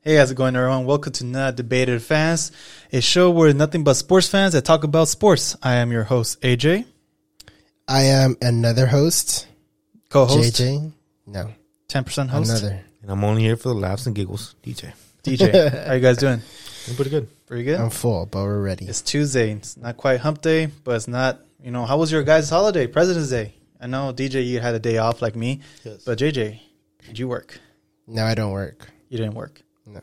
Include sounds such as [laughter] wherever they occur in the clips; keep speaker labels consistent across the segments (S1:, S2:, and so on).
S1: Hey, how's it going, everyone? Welcome to Not Debated Fans, a show where nothing but sports fans that talk about sports. I am your host, AJ,
S2: I am another host,
S1: co-host,
S2: JJ. No,
S1: ten percent host,
S2: another.
S3: And I'm only here for the laughs and giggles. DJ.
S1: DJ. How
S2: [laughs]
S1: you guys doing?
S3: Doing pretty good.
S1: Pretty good.
S2: I'm full, but we're ready.
S1: it's Tuesday. It's not quite Hump Day, but it's not. You know, how was your guys' holiday? President's Day. I know DJ, you had a day off like me,
S3: Yes.
S1: but JJ, did you work?
S2: No, I don't work.
S1: You didn't work.
S2: No,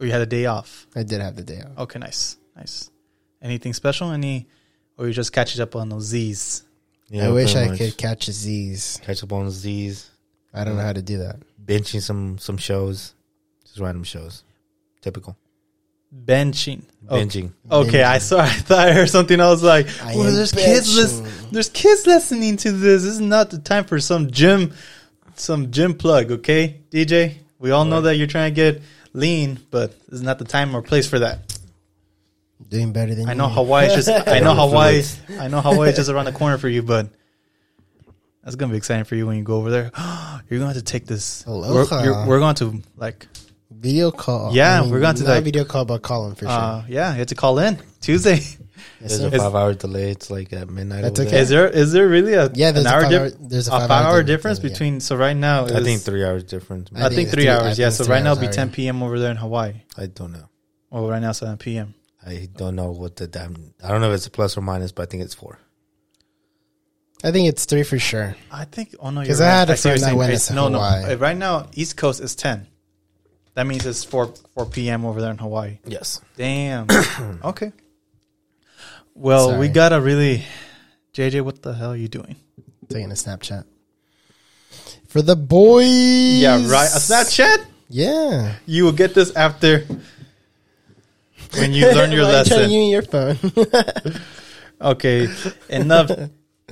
S1: Or you had a day off.
S2: I did have the day off.
S1: Okay, nice, nice. Anything special? Any, or you just catch it up on those Z's?
S3: Yeah,
S2: I wish
S3: pretty
S2: I
S3: much.
S2: could catch a Z's.
S3: catch up on Z's,
S2: I don't know how to do that.
S3: benching some some shows, just random shows. Typical
S1: Benching.
S2: Oh,
S1: Okay.
S3: benching.
S1: Okay, I saw. [laughs] I thought I heard something. I was like,
S2: I
S1: well,
S2: am
S1: "There's kids. Lis-
S2: bitching.
S1: there's kids listening to this. This is not the time for some gym, some gym plug." Okay, DJ, we all know that you're trying to get lean, but this is not the time or place for that.
S2: Doing better than
S1: I
S2: you.
S1: know Hawaii is just.
S2: [laughs]
S1: I know Hawaii. I know Hawaii is just around the corner for you, but that's gonna be exciting for you when you go over there. [gasps] you're going to have to take this. We're,
S2: Aloha.
S1: you're- we're going to like.
S2: Video call.
S1: Yeah, we're going to,
S2: not
S1: like-
S2: video call, but calling for
S1: Uh, yeah, you have to call in Tuesday. [laughs]
S2: sure. Yes,
S3: There's
S2: sir.
S3: a
S1: Is-
S3: five hour delay. It's like at midnight.
S2: That's
S3: over
S2: okay.
S3: there.
S1: Is there is there really a
S2: Yeah, there's
S1: an
S2: a
S1: hour
S2: five-hour-
S1: dif-
S2: there's a
S1: a
S2: five-hour
S1: five hour
S2: difference,
S1: difference
S2: yeah.
S1: between so right now
S3: I think
S1: is-
S3: three hours difference.
S1: I
S3: I,
S1: think
S2: it's
S1: three
S2: three- I
S1: hours yeah
S2: think
S1: so
S2: three
S1: right now
S2: hours,
S1: it'll be
S2: sorry.
S1: 10 p.m. over there in Hawaii
S3: don't know.
S1: well right now it's 7 p.m.
S3: I don't know what the damn. I don't know if it's a plus or minus, but I think it's four.
S2: I think it's three for sure.
S1: I think oh no
S2: 'Cause
S1: you're
S2: I
S1: right.
S2: had a
S1: see what
S2: friend
S1: you're
S2: that went
S1: saying.
S2: to
S1: no no
S2: Hawaii.
S1: Uh, right now East Coast is 10 that means it's 4 4 p.m. over there in Hawaii
S3: Yes.
S1: damn okay well we
S2: Sorry.
S1: gotta really JJ what the hell are you doing
S2: Taking a Snapchat for the boys.
S1: yeah right a Snapchat
S2: Yeah.
S1: you will get this after when you learn
S2: [laughs]
S1: your
S2: Why are you trying
S1: lesson
S2: to use your phone. [laughs]
S1: Okay, enough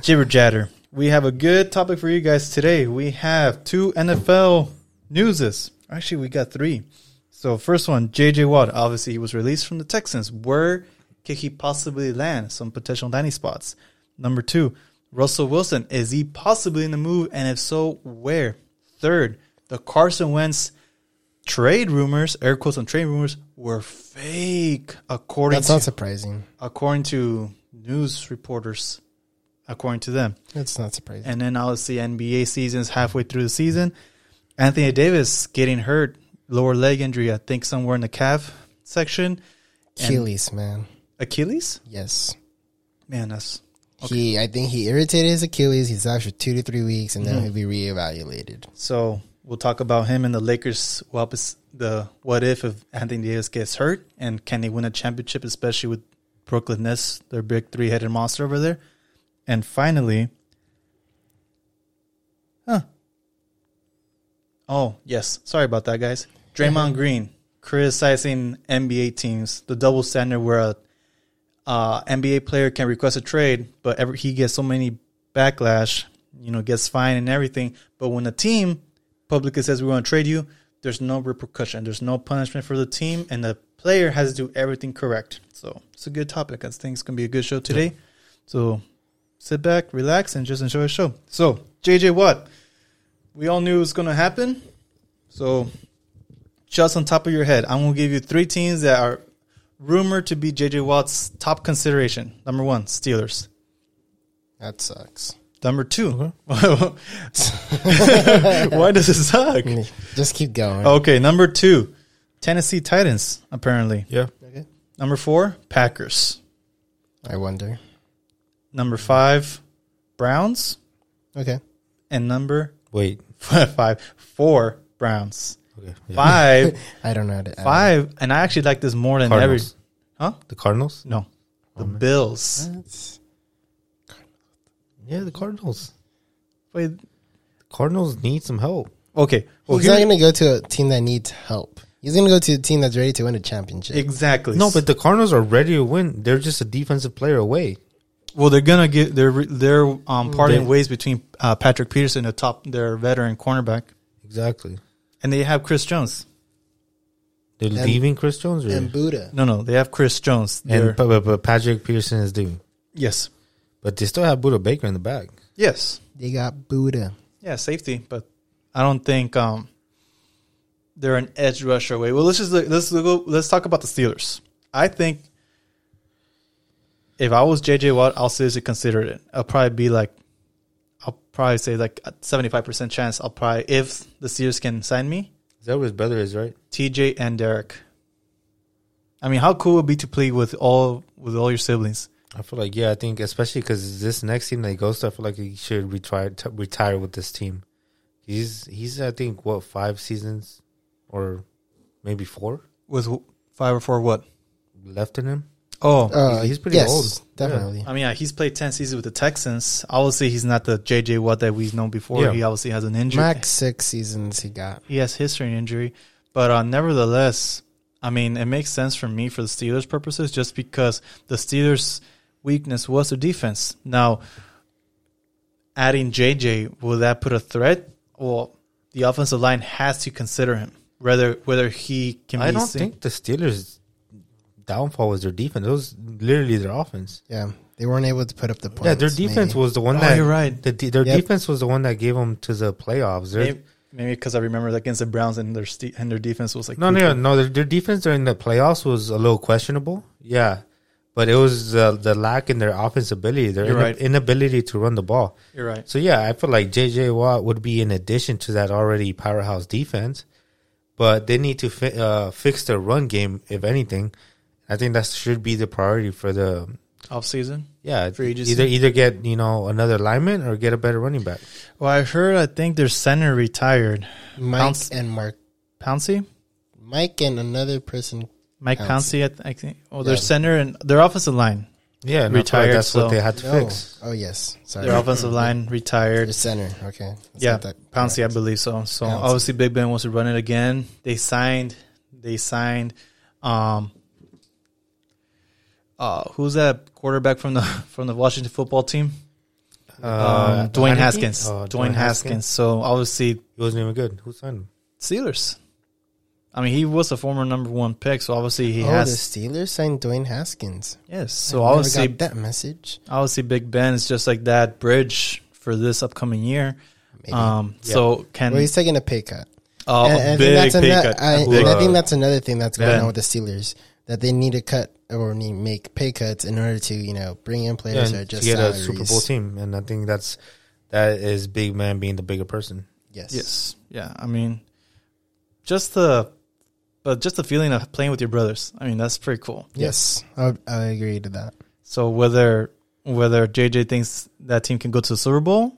S1: jibber jatter. We have a good topic for you guys today. We have two NFL newses. Actually, we got three. So first one, JJ Watt. Obviously, he was released from the Texans. Where could he possibly land? Some potential landing spots. Number two, Russell Wilson. Is he possibly in the move? And if so, where? Third, the Carson Wentz trade rumors, air quotes on trade rumors, were fake according
S2: That's
S1: to
S2: not surprising.
S1: according to news reporters, according to them.
S2: That's not surprising.
S1: And then obviously NBA season's halfway through the season. Anthony Davis getting hurt, lower leg injury, I think somewhere in the calf section.
S2: Achilles, man.
S1: Achilles?
S2: Yes.
S1: Man, that's
S2: He, I think he irritated his Achilles. He's out for two to three weeks, and
S3: Mm.
S2: then he'll be reevaluated.
S1: so we'll talk about him and the Lakers what is the what if if Anthony Davis gets hurt and can they win a championship, especially with Brooklyn Nets, their big three headed monster over there. And finally, huh? Oh yes, sorry about that, guys. Draymond Green criticizing NBA teams, the double standard where a uh, NBA player can request a trade, but every, he gets so many backlash, you know, gets fined and everything. But when a team publicly says we want to trade you, there's no repercussion, there's no punishment for the team, and the player has to do everything correct. So it's a good topic. I think it's gonna be a good show today. So sit back, relax, and just enjoy the show. So JJ Watt, we all knew it was gonna happen. So just on top of your head, I'm gonna give you three teams that are rumored to be JJ Watt's top consideration. Number one, Steelers.
S2: That sucks.
S1: Number two, [laughs] why does it
S3: [laughs]
S1: suck?
S2: Just keep going.
S3: Oh.
S1: Okay, number two, Tennessee Titans. Apparently,
S3: Yeah.
S2: Okay.
S1: number four, Packers.
S2: I wonder.
S1: Number five, Browns,
S2: Okay.
S1: and number [laughs]
S3: Wait.
S1: five, four Browns.
S3: Okay. Yeah. [laughs]
S1: Five,
S2: I don't know how to. add.
S1: five, and I actually like this more than
S3: Cardinals.
S1: every. Huh?
S3: The Cardinals.
S1: No, the Bills.
S2: That's-
S3: Yeah, the Cardinals.
S1: Wait,
S3: Cardinals need some help.
S1: okay. Well,
S2: He's not
S1: here-
S2: going to go to a team that needs help. He's going to go to a team that's ready to win a championship.
S1: exactly.
S3: No, but the Cardinals are ready to win. They're just a defensive player away.
S1: Well, they're gonna get their their um, parting
S3: They-
S1: ways between uh, Patrick Peterson, the top their veteran cornerback,
S3: Exactly.
S1: and they have Chris Jones.
S3: They're leaving Chris Jones, or,
S2: and
S3: and,
S2: Buddha.
S1: No, no, they have Chris Jones. Their-
S3: but, but- but Patrick Peterson is leaving.
S1: yes,
S3: But they still have Buda Baker in the back.
S1: yes,
S2: They got Buddha.
S1: yeah, safety. But I don't think um, they're an edge rusher away. Well, let's just look, let's go, let's talk about the Steelers. I think if I was JJ Watt, I'll seriously consider it. I'll probably be like, I'll probably say like seventy five percent chance. I'll probably if the Steelers can sign me,
S3: Is that what his brother is, right?
S1: TJ and Derek. I mean, how cool would it be to play with all with all your siblings?
S3: I feel like yeah, I think especially because this next team that he goes to, I feel like he should retire t- retire with this team. He's he's I think what five seasons or maybe four
S1: With wh- five or four, what?
S3: left in him.
S1: Oh,
S2: Uh,
S3: he's pretty
S2: yes,
S3: old.
S2: Definitely.
S1: I mean, yeah, he's played ten seasons with the Texans. Obviously, he's not the JJ Watt that we've known before.
S3: Yeah.
S1: He obviously has an injury.
S2: Max six seasons he got.
S1: he has history and injury, but uh, nevertheless, I mean, it makes sense for me for the Steelers' purposes, just because the Steelers' weakness was the defense. Now, adding JJ will that put a threat? Well, the offensive line has to consider him whether whether he can.
S3: I
S1: be
S3: don't
S1: seen-
S3: think the Steelers' downfall was their defense. It was literally their offense.
S2: Yeah, they weren't able to put up the points.
S3: yeah, their defense
S2: maybe.
S3: was the one
S1: Oh,
S3: that
S1: you're right.
S3: The de- their
S2: Yep.
S3: defense was the one that gave them to the playoffs. Their-
S1: Maybe- Maybe because I remember against the Browns and their ste- and their defense was like
S3: No, no, no. Their, their defense during the playoffs was a little questionable. Yeah, but it was uh, the lack in their offense ability, their
S1: You're
S3: ina-
S1: right.
S3: inability to run the ball.
S1: You're right.
S3: So yeah, I feel like JJ Watt would be in addition to that already powerhouse defense, but they need to fi- uh, fix their run game if anything. I think that should be the priority for the
S1: Off season.
S3: yeah.
S1: Free agency.
S3: Either either get you know another lineman or get a better running back.
S1: Well, I heard I think their center retired.
S2: Mike
S1: Pounce-
S2: and Mark.
S1: Pouncey.
S2: Mike and another person.
S1: Mike Pouncey,
S2: Pouncey.
S1: I, th- I think. Oh, their
S2: Yeah.
S1: center and their offensive line.
S3: Yeah, and I feel like
S1: Retired,
S3: that's
S1: so-
S3: what they had to
S2: No.
S3: fix.
S2: Oh yes, sorry.
S1: Their offensive line
S2: [laughs]
S1: retired.
S2: The center. Okay. That's
S1: yeah,
S2: not that-
S1: Pouncey, I believe so. So
S2: Pouncey.
S1: obviously, Big Ben wants to run it again. They signed. They signed. Um, uh, who's that quarterback from the [laughs] from the Washington football team?
S2: Uh,
S1: Um, Dwayne
S3: Heineke?
S1: Haskins.
S3: Oh,
S1: Dwayne, Haskins. So obviously,
S3: He wasn't even good. Who signed him?
S1: Steelers. I mean, he was a former number one pick, so obviously he
S2: Oh, the
S1: has.
S2: Steelers signed Dwayne Haskins.
S1: Yes, so
S2: I never
S1: obviously
S2: got that message.
S1: obviously Big Ben is just like that bridge for this upcoming year.
S2: Maybe.
S1: Um, So can
S2: well, he's taking a pay cut.
S1: uh,
S2: And-
S1: a
S2: and
S1: big
S2: that's
S1: pay
S2: ano-
S1: cut.
S2: I,
S3: Big-
S2: and I think that's another thing that's going
S1: Yeah.
S2: on with the Steelers that they need to cut or need make pay cuts in order to you know bring in
S3: Yeah,
S2: players that are
S3: to
S2: just
S3: get
S2: salaries.
S3: a Super Bowl team, and I think that's that is big man being the bigger person.
S2: Yes.
S1: yes, yeah. I mean, just the but just the feeling of playing with your brothers. I mean, that's pretty cool.
S2: Yes. I, would- I agree to that.
S1: So whether whether JJ thinks that team can go to the Super Bowl,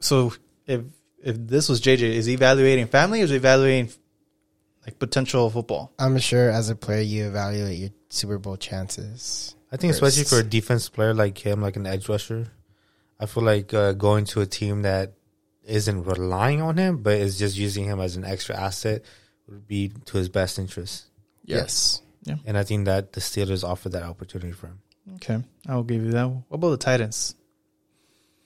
S1: so if if this was JJ, is he evaluating family or is he evaluating like potential football?
S2: I'm sure as a player you evaluate your Super Bowl chances.
S3: I think, especially
S2: First.
S3: for a defense player like him, like an edge rusher, I feel like uh, going to a team that isn't relying on him, but is just using him as an extra asset would be to his best interest.
S2: Yes.
S3: And I think that the Steelers offer that opportunity for him.
S1: Okay, I will give you that. What about the Titans?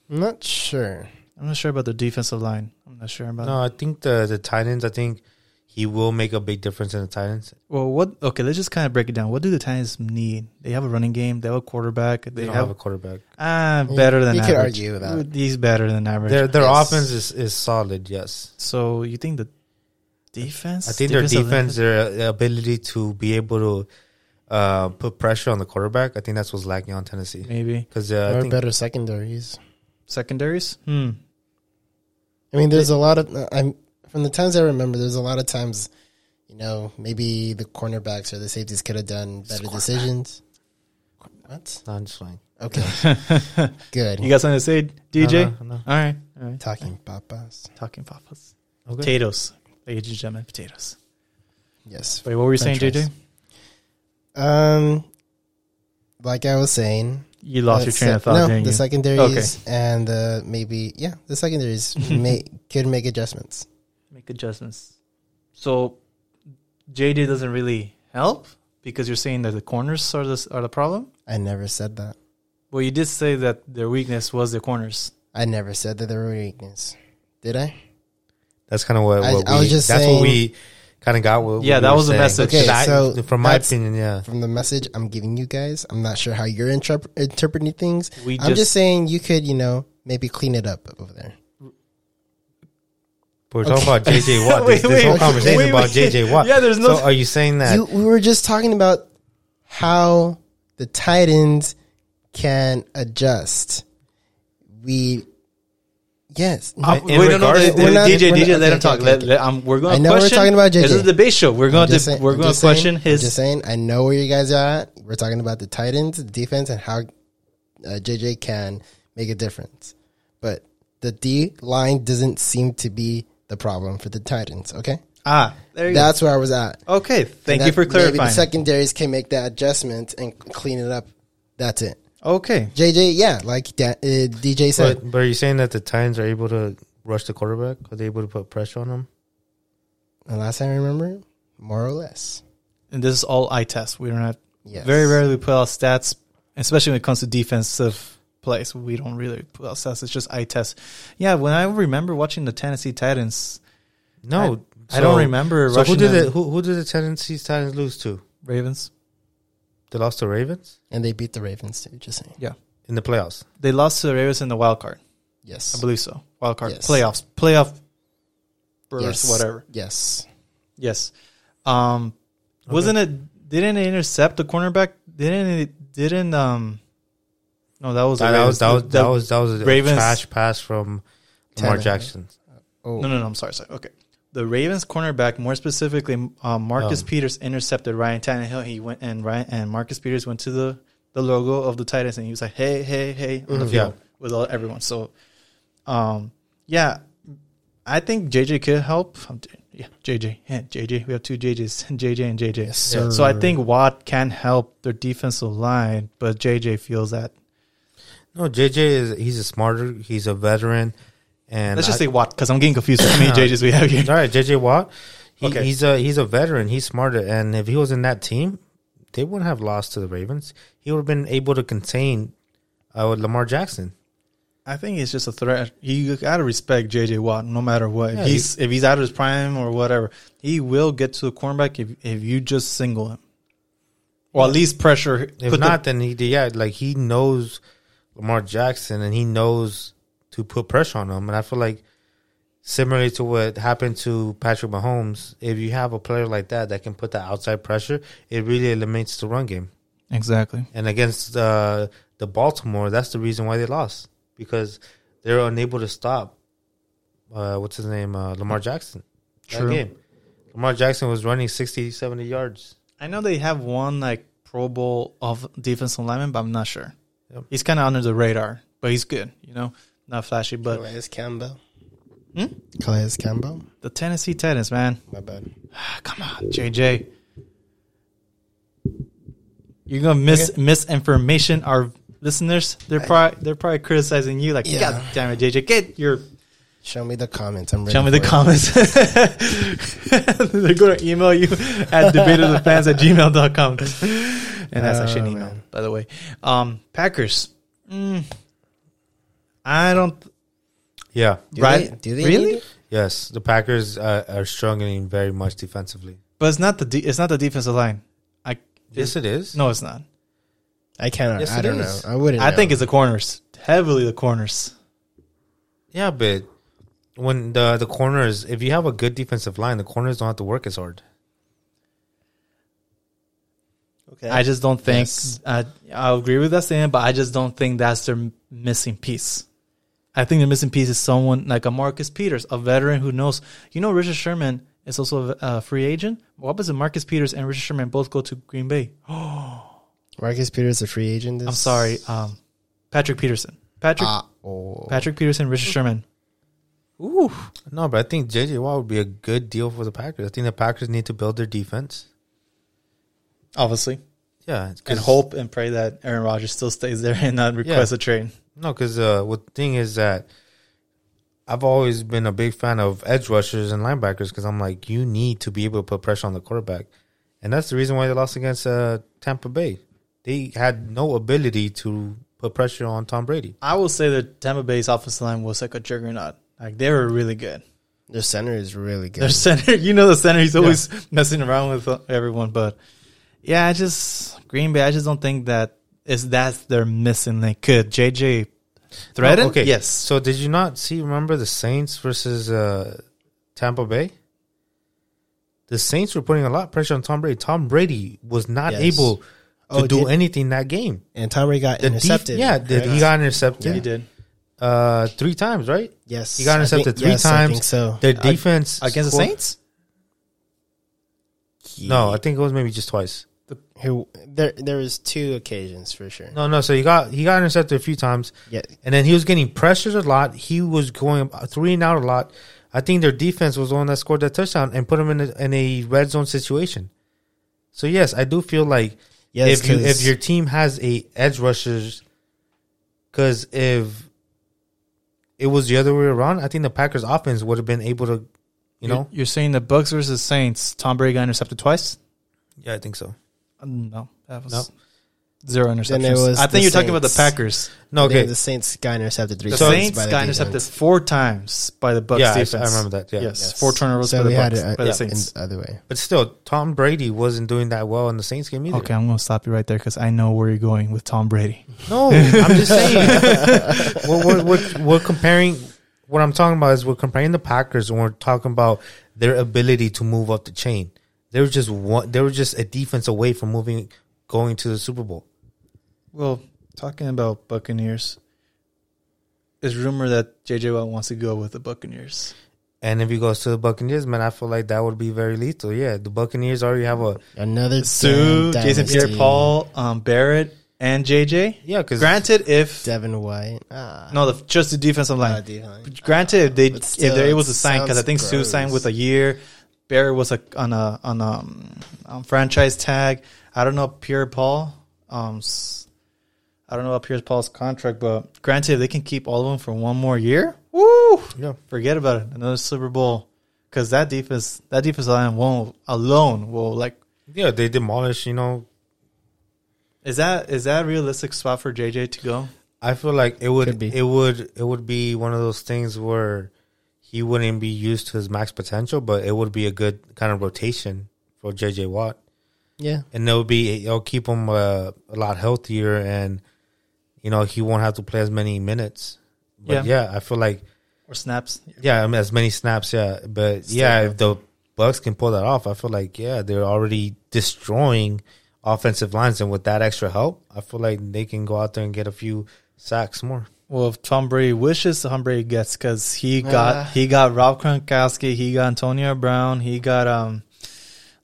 S2: I'm not sure.
S1: I'm not sure about the defensive line. I'm not sure about.
S3: No, I think the the Titans. I think he will make a big difference in the Titans.
S1: Well, what? Okay, let's just kind of break it down. What do the Titans need? They have a running game. They have a quarterback. They,
S3: They, don't
S1: have,
S3: have a quarterback.
S1: ah better than
S2: you could
S1: average.
S2: argue with that.
S1: He's better than average.
S3: Their their
S2: Yes.
S3: offense is, is solid. Yes.
S1: so you think the defense?
S3: I think their
S1: Defensive
S3: defense, their uh, ability to be able to uh, put pressure on the quarterback, I think that's what's lacking on Tennessee.
S1: maybe
S3: Because uh,
S2: or
S3: I think
S2: better secondaries.
S1: secondaries. Hmm.
S2: I mean, there's a lot of uh, I'm from the times I remember. There's a lot of times, you know, maybe the cornerbacks or the safeties could have done better decisions. What?
S3: No, I'm just fine.
S2: Okay, good.
S1: [laughs] You got something to say, DJ?
S3: No, no, no.
S1: All right, all right.
S2: talking papas.
S1: Talking papas.
S3: Okay.
S1: Potatoes, ladies and gentlemen, potatoes.
S2: Yes.
S1: Wait, what were you saying,
S2: French
S1: JJ?
S2: fries. Um, like I was saying,
S1: You lost your
S2: that's
S1: train
S2: it.
S1: of thought,
S2: No,
S1: didn't
S2: the
S1: you?
S2: secondaries
S1: Okay.
S2: and uh, maybe yeah,
S1: [laughs]
S2: the secondaries may, could make adjustments.
S1: Make adjustments. So JJ doesn't really help because you're saying that the corners are the are the problem.
S2: I never said that.
S1: Well, you did say that their weakness was the corners.
S2: I never said that they were weakness. Did I?
S3: That's kind of what,
S2: I-
S3: what
S2: I
S3: we,
S2: was just
S3: that's
S2: saying-
S3: what we kind of got. What,
S1: Yeah,
S3: what we
S1: that
S3: were
S1: was the
S3: saying.
S1: message.
S2: Okay,
S3: That-
S2: so
S3: from my
S2: that's-
S1: [laughs]
S3: opinion, yeah.
S2: from the message I'm giving you guys. I'm not sure how you're interp- interpreting things.
S1: We
S2: I'm
S1: just-
S2: just saying you could, you know, maybe clean it up over there.
S3: But we're talking about
S1: [laughs]
S3: JJ Watt.
S1: Wait,
S3: this this whole
S1: wait,
S3: conversation
S1: wait,
S3: is about
S1: wait. [laughs]
S3: JJ Watt.
S1: Yeah, there's no-
S3: So are you saying that?
S2: You, we were just talking about how the Titans can adjust. We, yes,
S1: I'm,
S3: in
S1: wait, no, no,
S3: regards
S1: the,
S3: to-
S1: the,
S2: We're not-
S1: DJ,
S2: we're
S1: DJ,
S2: not-
S1: let
S2: okay,
S1: him talk.
S2: okay,
S1: Let,
S2: okay.
S1: let, I'm, we're going
S2: I
S1: to
S2: know we're
S1: question.
S2: talking about
S1: This
S2: JJ.
S1: is a debate show. We're going
S2: I'm
S1: to
S2: just saying-
S1: we're
S2: I'm
S1: going to
S2: just saying-
S1: question
S2: I'm just
S1: his.
S2: saying, I know where you guys are at. We're talking about the Titans the defense and how uh, JJ can make a difference, but the D line doesn't seem to be the problem for the Titans. Okay,
S1: Ah, there you
S2: that's where I was at.
S1: go. Okay, thank
S2: And
S1: you
S2: that-
S1: for
S2: Maybe the
S1: clarifying.
S2: secondaries can make that adjustment and clean it up. That's it.
S1: Okay,
S2: JJ, yeah, like da- uh, DJ said,
S3: but, but are you saying that the Titans are able to rush the quarterback? Are they able to put pressure on him?
S2: the last I remember, more or less.
S1: and this is all eye test. We don't have
S2: Yes.
S1: very rarely we put out stats, especially when it comes to defensive plays. We don't really put out stats. It's just eye test. Yeah, when I remember watching the Tennessee Titans,
S3: No,
S1: I don't remember
S3: So who
S1: rushing
S3: did
S1: them.
S3: it? Who, who did the Tennessee Titans lose to?
S1: Ravens,
S3: They lost to Ravens
S2: And they beat the Ravens too. Just saying.
S3: in the playoffs.
S1: they lost to the Ravens in the wild card. I
S2: Yes.
S1: believe so. Wild card
S2: Yes.
S1: playoffs, playoff, burst,
S2: Yes.
S1: whatever.
S2: Yes.
S1: Yes. Um, wasn't it? Didn't it intercept the cornerback? Didn't it? Didn't um? No, that was the
S3: That, that was that was
S1: Ravens.
S3: that was that was a
S1: Ravens-
S3: trash pass from Lamar
S2: Tannehill.
S3: Jackson.
S2: Oh,
S1: No, no, no. I'm sorry. Sorry. Okay. The Ravens cornerback, more specifically, um, Marcus
S3: Um.
S1: Peters intercepted Ryan Tannehill. He went and Ryan and Marcus Peters went to the the logo of the Titans and he was like, "Hey, hey, hey!" on the
S3: Mhm.
S1: field with all, everyone. So, um, yeah, I think JJ could help. Um, j- yeah, JJ, yeah, JJ. We have two [laughs] JJs, JJ and JJ.
S2: Yeah.
S1: So I think Watt can help their defensive line, but JJ feels that.
S3: No, JJ is he's a smarter. He's a veteran, and
S1: Let's just
S3: I-
S1: say Watt because I'm getting confused with how
S3: [laughs]
S1: many JJs we have here.
S3: all right, JJ Watt. He,
S1: Okay.
S3: He's a he's a veteran. He's smarter, and if he was in that team, they wouldn't have lost to the Ravens. He would have been able to contain uh, Lamar Jackson.
S1: I think it's just a threat. You gotta respect JJ Watt no matter what.
S3: Yeah,
S1: if he's if he's out of his prime or whatever, he will get to the cornerback if if you just single him, or at least pressure.
S3: If
S1: put the-
S3: not, then he yeah, like he knows Lamar Jackson, and he knows to put pressure on him. And I feel like similarly to what happened to Patrick Mahomes, if you have a player like that that can put that outside pressure, it really eliminates the run game.
S1: exactly.
S3: and against uh, the Baltimore, that's the reason why they lost because they're unable to stop uh, what's his name uh, Lamar Jackson. That
S1: True.
S3: game. Lamar Jackson was running 60, 70 yards.
S1: I know they have one like Pro Bowl of defensive lineman, but I'm not sure.
S3: Yep.
S1: He's kind of under the radar, but he's good. You know, not flashy, but
S2: Calais Campbell.
S1: Hmm?
S2: Calais Campbell.
S1: the Tennessee Titans, man.
S2: My bad.
S1: Ah, Come on, JJ. You're gonna miss misinformation our listeners. They're probably they're probably criticizing you like,
S2: Yeah.
S1: God damn it, JJ, get your
S2: Show me the comments. I'm ready.
S1: show me the
S2: for it.
S1: comments. [laughs] they're gonna email you at debateofthefans at gmail.com. And that's actually an
S2: Oh,
S1: email,
S2: man.
S1: by the way. Um Packers. Mm. I don't
S3: Yeah.
S2: Do
S1: right.
S2: They, do they
S1: really?
S2: need it?
S3: Yes, the Packers uh, are struggling very much defensively.
S1: But it's not the de- it's not the defensive line. I
S3: Yes, it is.
S1: no, it's not.
S2: I cannot.
S3: Yes,
S2: I
S3: it
S2: don't
S3: is.
S2: know. I wouldn't.
S1: I
S2: know.
S1: think it's the corners. Heavily the corners.
S3: Yeah, but when the the corners, if you have a good defensive line, the corners don't have to work as hard.
S2: okay.
S1: I just don't think
S2: Yes.
S1: I I agree with that statement, but I just don't think that's their m- missing piece. I think the missing piece is someone like a Marcus Peters, a veteran who knows. You know, Richard Sherman is also a, a free agent. What was it? Marcus Peters and Richard Sherman both go to Green Bay.
S2: Marcus Peters a free agent. This
S1: I'm sorry, um, Patrick Peterson, Patrick
S2: Ah, oh.
S1: Patrick Peterson, Richard Sherman. Ooh,
S3: No, but I think JJ Watt would be a good deal for the Packers. I think the Packers need to build their defense.
S1: obviously,
S3: Yeah, 'cause-
S1: and hope and pray that Aaron Rodgers still stays there and not request
S3: Yeah.
S1: a trade.
S3: No, because uh, what the thing is that I've always been a big fan of edge rushers and linebackers because I'm like, you need to be able to put pressure on the quarterback, and that's the reason why they lost against uh, Tampa Bay. They had no ability to put pressure on Tom Brady.
S1: I will say that Tampa Bay's offensive line was like a juggernaut. Like they were really good.
S2: Their center is really good.
S1: Their center, you know, the center he's always messing around with uh, everyone. But yeah, I just Green Bay. I just don't think that is that's their missing link. Could JJ threaten?
S3: okay,
S1: Yes.
S3: So did you not see? Remember the Saints versus uh, Tampa Bay, the Saints were putting a lot of pressure on Tom Brady. Tom Brady was not
S2: Yes.
S3: able to
S2: Oh,
S3: do
S2: did-
S3: anything that game.
S2: And Tom Brady got
S3: The def-
S2: intercepted.
S3: yeah, the, he got intercepted.
S1: He did
S3: Uh, three times, right?
S2: Yes.
S3: He got
S2: I think-
S3: intercepted three
S2: yes,
S3: times.
S2: I think so.
S3: Their defense
S1: against the
S3: scored-
S1: Saints.
S3: No, I think it was maybe just twice.
S2: Who there there was two occasions for sure.
S3: No, no. So he got he got intercepted a few times.
S2: Yeah.
S3: And then he was getting pressured a lot. He was going uh, three and out a lot. I think their defense was the one that scored that touchdown and put him in a, in a red zone situation. So yes, I do feel like
S2: Yes,
S3: if you,
S2: 'cause-
S3: if your team has a edge rushers, because if it was the other way around, I think the Packers offense would have been able to, you know,
S1: you're saying the Bucks versus Saints. Tom Brady got intercepted twice. Um,
S3: yeah, I think so.
S1: No, that was
S3: No.
S1: zero interceptions.
S2: it was
S1: I think
S2: the
S1: you're talking about the
S2: Saints.
S1: Packers.
S3: No,
S2: Okay.
S3: okay,
S2: The Saints got intercepted three
S1: The
S2: times.
S1: Saints
S2: by the
S1: got
S2: defense.
S1: intercepted four times by the Bucks
S3: Yeah, I-
S1: defense.
S3: I remember that, yeah.
S1: yes,
S2: Yes.
S1: four turnovers
S2: So
S1: by the
S2: we had
S1: Bucks,
S2: it, uh,
S1: by the
S2: in
S1: Saints.
S2: the other way.
S3: but still, Tom Brady wasn't doing that well in the Saints game either.
S1: Okay, I'm going to stop you right there because I know where you're going with Tom Brady.
S3: No, I'm just saying. [laughs] we're, we're, we're, we're comparing. What I'm talking about is we're comparing the Packers, and we're talking about their ability to move up the chain. They were just one. They were just a defense away from moving, going to the Super Bowl.
S1: Well, talking about Buccaneers, it's rumor that JJ Watt wants to go with the Buccaneers.
S3: And if he goes to the Buccaneers, man, I feel like that would be very lethal. Yeah, the Buccaneers already have a
S2: Another
S1: Sue,
S2: damn
S1: Jason
S2: dynasty.
S1: Pierre-Paul, um, Barrett, and JJ.
S3: yeah. Because
S1: Granted, if
S2: Devin White. Ah,
S1: no, the, just the defensive line.
S2: Ah, D-line.
S1: Granted, if they
S2: But
S1: if
S2: still,
S1: they're able
S2: it
S1: to sign because I
S2: sounds
S1: think Sue
S2: gross.
S1: signed with a year, Barrett was a on a on a um, um, franchise tag. I don't know Pierre Paul. Um, s- I don't know about Pierre Paul's contract, but granted, if they can keep all of them for one more year, woo,
S3: Yeah.
S1: forget about it. Another Super Bowl because that defense that defense line won't alone will like.
S3: yeah, they demolish. You know,
S1: Is that is that a realistic spot for JJ to go?
S3: I feel like it
S2: Could
S3: would
S2: be.
S3: it would it would be one of those things where he wouldn't be used to his max potential, but it would be a good kind of rotation for JJ Watt,
S2: yeah.
S3: and it would be it'll keep him uh, a lot healthier, and you know he won't have to play as many minutes. But yeah, I feel like
S1: Or snaps?
S3: yeah, I mean, as many snaps, yeah, but
S2: Still
S3: yeah,
S2: have
S3: if the Bucks can pull that off, I feel like yeah, they're already destroying offensive lines, and with that extra help, I feel like they can go out there and get a few sacks more.
S1: Well, if Tom Brady wishes, Tom Brady gets because he
S2: Uh.
S1: got he got Rob Gronkowski, he got Antonio Brown, he got um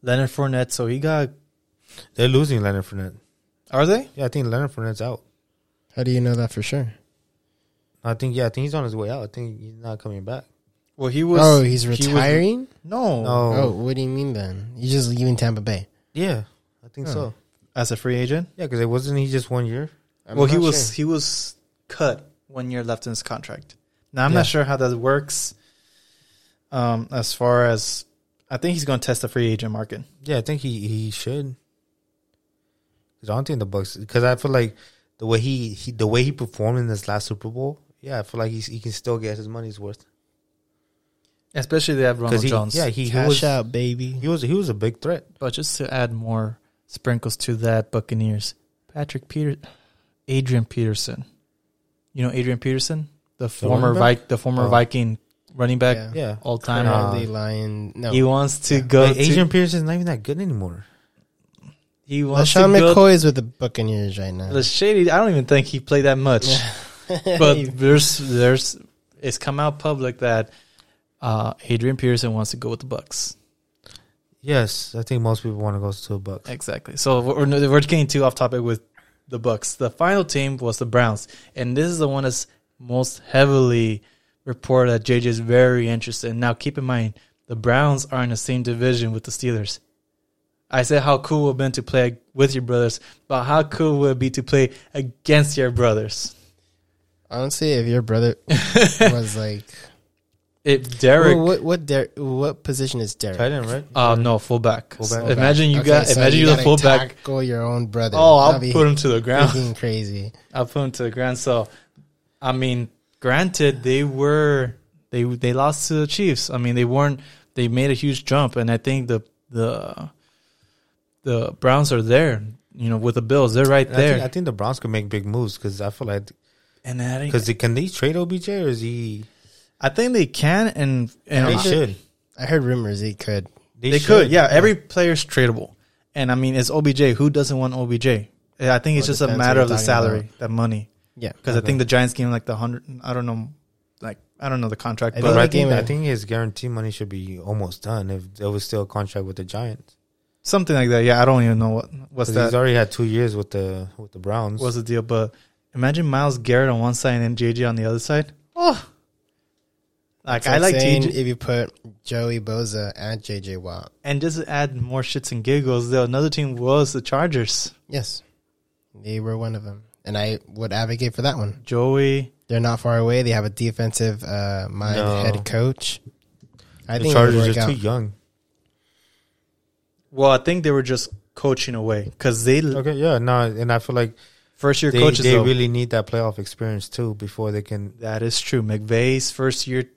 S1: Leonard Fournette. So he got
S3: They're losing Leonard Fournette.
S1: are they?
S3: Yeah, I think Leonard Fournette's out.
S2: How do you know that for sure?
S3: I think yeah, I think he's on his way out. I think he's not coming back.
S1: Well, he was.
S2: oh, he's
S1: he was-
S2: retiring.
S1: no,
S3: No.
S2: oh, what do you mean then? He's just leaving Tampa Bay.
S3: Yeah, I think so.
S1: as a free agent.
S3: Yeah, because it wasn't he just one year.
S2: I'm
S1: well, he
S2: not
S1: was
S2: sure.
S1: he was cut one year left in his contract. Now I'm
S3: Yeah.
S1: not sure how that works. Um, as far as I think he's going to test the free agent market.
S3: Yeah, I think he he should. 'Cause I don't think the Bucks. Because I feel like the way he, he the way he performed in this last Super Bowl. Yeah, I feel like he's, he can still get his money's worth.
S1: Especially they have Ronald
S3: Because he
S1: Jones.
S3: yeah he, he
S2: cash
S3: was
S2: out, baby.
S3: he was he was a big threat.
S1: But just to add more sprinkles to that, Buccaneers, Patrick Peter, Adrian Peterson. You know Adrian Peterson, the former
S3: running
S1: Vi- the former
S3: Oh.
S1: Viking running back
S2: Yeah.
S3: Yeah,
S1: all time. Uh,
S2: Currently Lion. No,
S1: He wants to go.
S3: Like,
S1: to,
S3: Adrian Peterson's not even that good anymore.
S1: He wants
S2: LaShawn
S1: to go.
S2: McCoy is with the Buccaneers right now. [laughs]
S1: The shady. I don't even think he played that much. [laughs] but there's there's it's come out public that uh, Adrian Peterson wants to go with the Bucks.
S3: Yes, I think most people want to go to the Bucks.
S1: Exactly. So we're, we're we're getting too off topic with the Bucks. The final team was the Browns, and this is the one that's most heavily reported that JJ is very interested. Now, keep in mind, the Browns are in the same division with the Steelers. I said how cool it would have been to play with your brothers, but how cool would it be to play against your brothers?
S2: Honestly, if your brother
S1: [laughs]
S2: was like,
S1: If Derek,
S2: Well, what what Der- what position is Derek?
S3: Tight end, right?
S1: uh, no, fullback.
S3: Fullback.
S1: Imagine you
S2: Okay,
S1: got,
S2: so
S1: imagine
S2: you
S1: you are the
S2: gotta
S1: fullback.
S2: Tackle your own brother.
S1: Oh, I'll
S2: That'd be
S1: put him to the ground. [laughs]
S2: freaking crazy.
S1: I'll put him to the ground. So, I mean, granted, they were they they lost to the Chiefs. I mean, they weren't they made a huge jump, and I think the the the Browns are there. You know, with the Bills, they're right
S3: And I think, I
S1: there.
S3: think the Browns could make big moves because I feel like
S1: And I think,
S3: because can they trade OBJ or is he?
S1: I think they can, and and
S3: They
S1: I-
S3: should.
S2: I heard rumors he could.
S1: They
S3: should.
S1: could, yeah. Every player's tradable, and I mean it's OBJ. Who doesn't want OBJ? Yeah, I think it's
S2: Well,
S1: just a
S2: depends
S1: matter
S2: what
S1: of the
S2: you're
S1: salary,
S2: talking
S1: the money.
S2: Yeah.
S1: Because I think the Giants gave him like the hundred. I don't know, like I don't know the contract,
S2: I
S1: but
S3: But I
S2: Another
S3: think,
S2: game,
S3: I
S2: uh,
S3: think his guarantee money should be almost done if there was still a contract with the Giants.
S1: something like that. Yeah, I don't even know what what's
S3: 'Cause
S1: that
S3: he's already had two years with the with the Browns.
S1: what's the deal. But imagine Miles Garrett on one side and JJ on the other side. Oh, like
S2: It's
S1: I like
S2: saying
S1: JJ,
S2: if you put Joey Boza and JJ Watt.
S1: and just to add more shits and giggles. Though another team was the Chargers.
S2: Yes, they were one of them, and I would advocate for that one.
S1: Joey,
S2: They're not far away. They have a defensive uh, mind
S3: No.
S2: head coach. I
S3: the
S2: think it'll
S3: Chargers
S2: work
S3: are
S2: out.
S3: too young.
S1: well, I think they were just coaching away because they
S3: Okay, yeah, no, and I feel like
S1: first year
S3: they,
S1: coaches.
S3: they
S1: though,
S3: really need that playoff experience too before they can.
S1: That is true. McVay's first year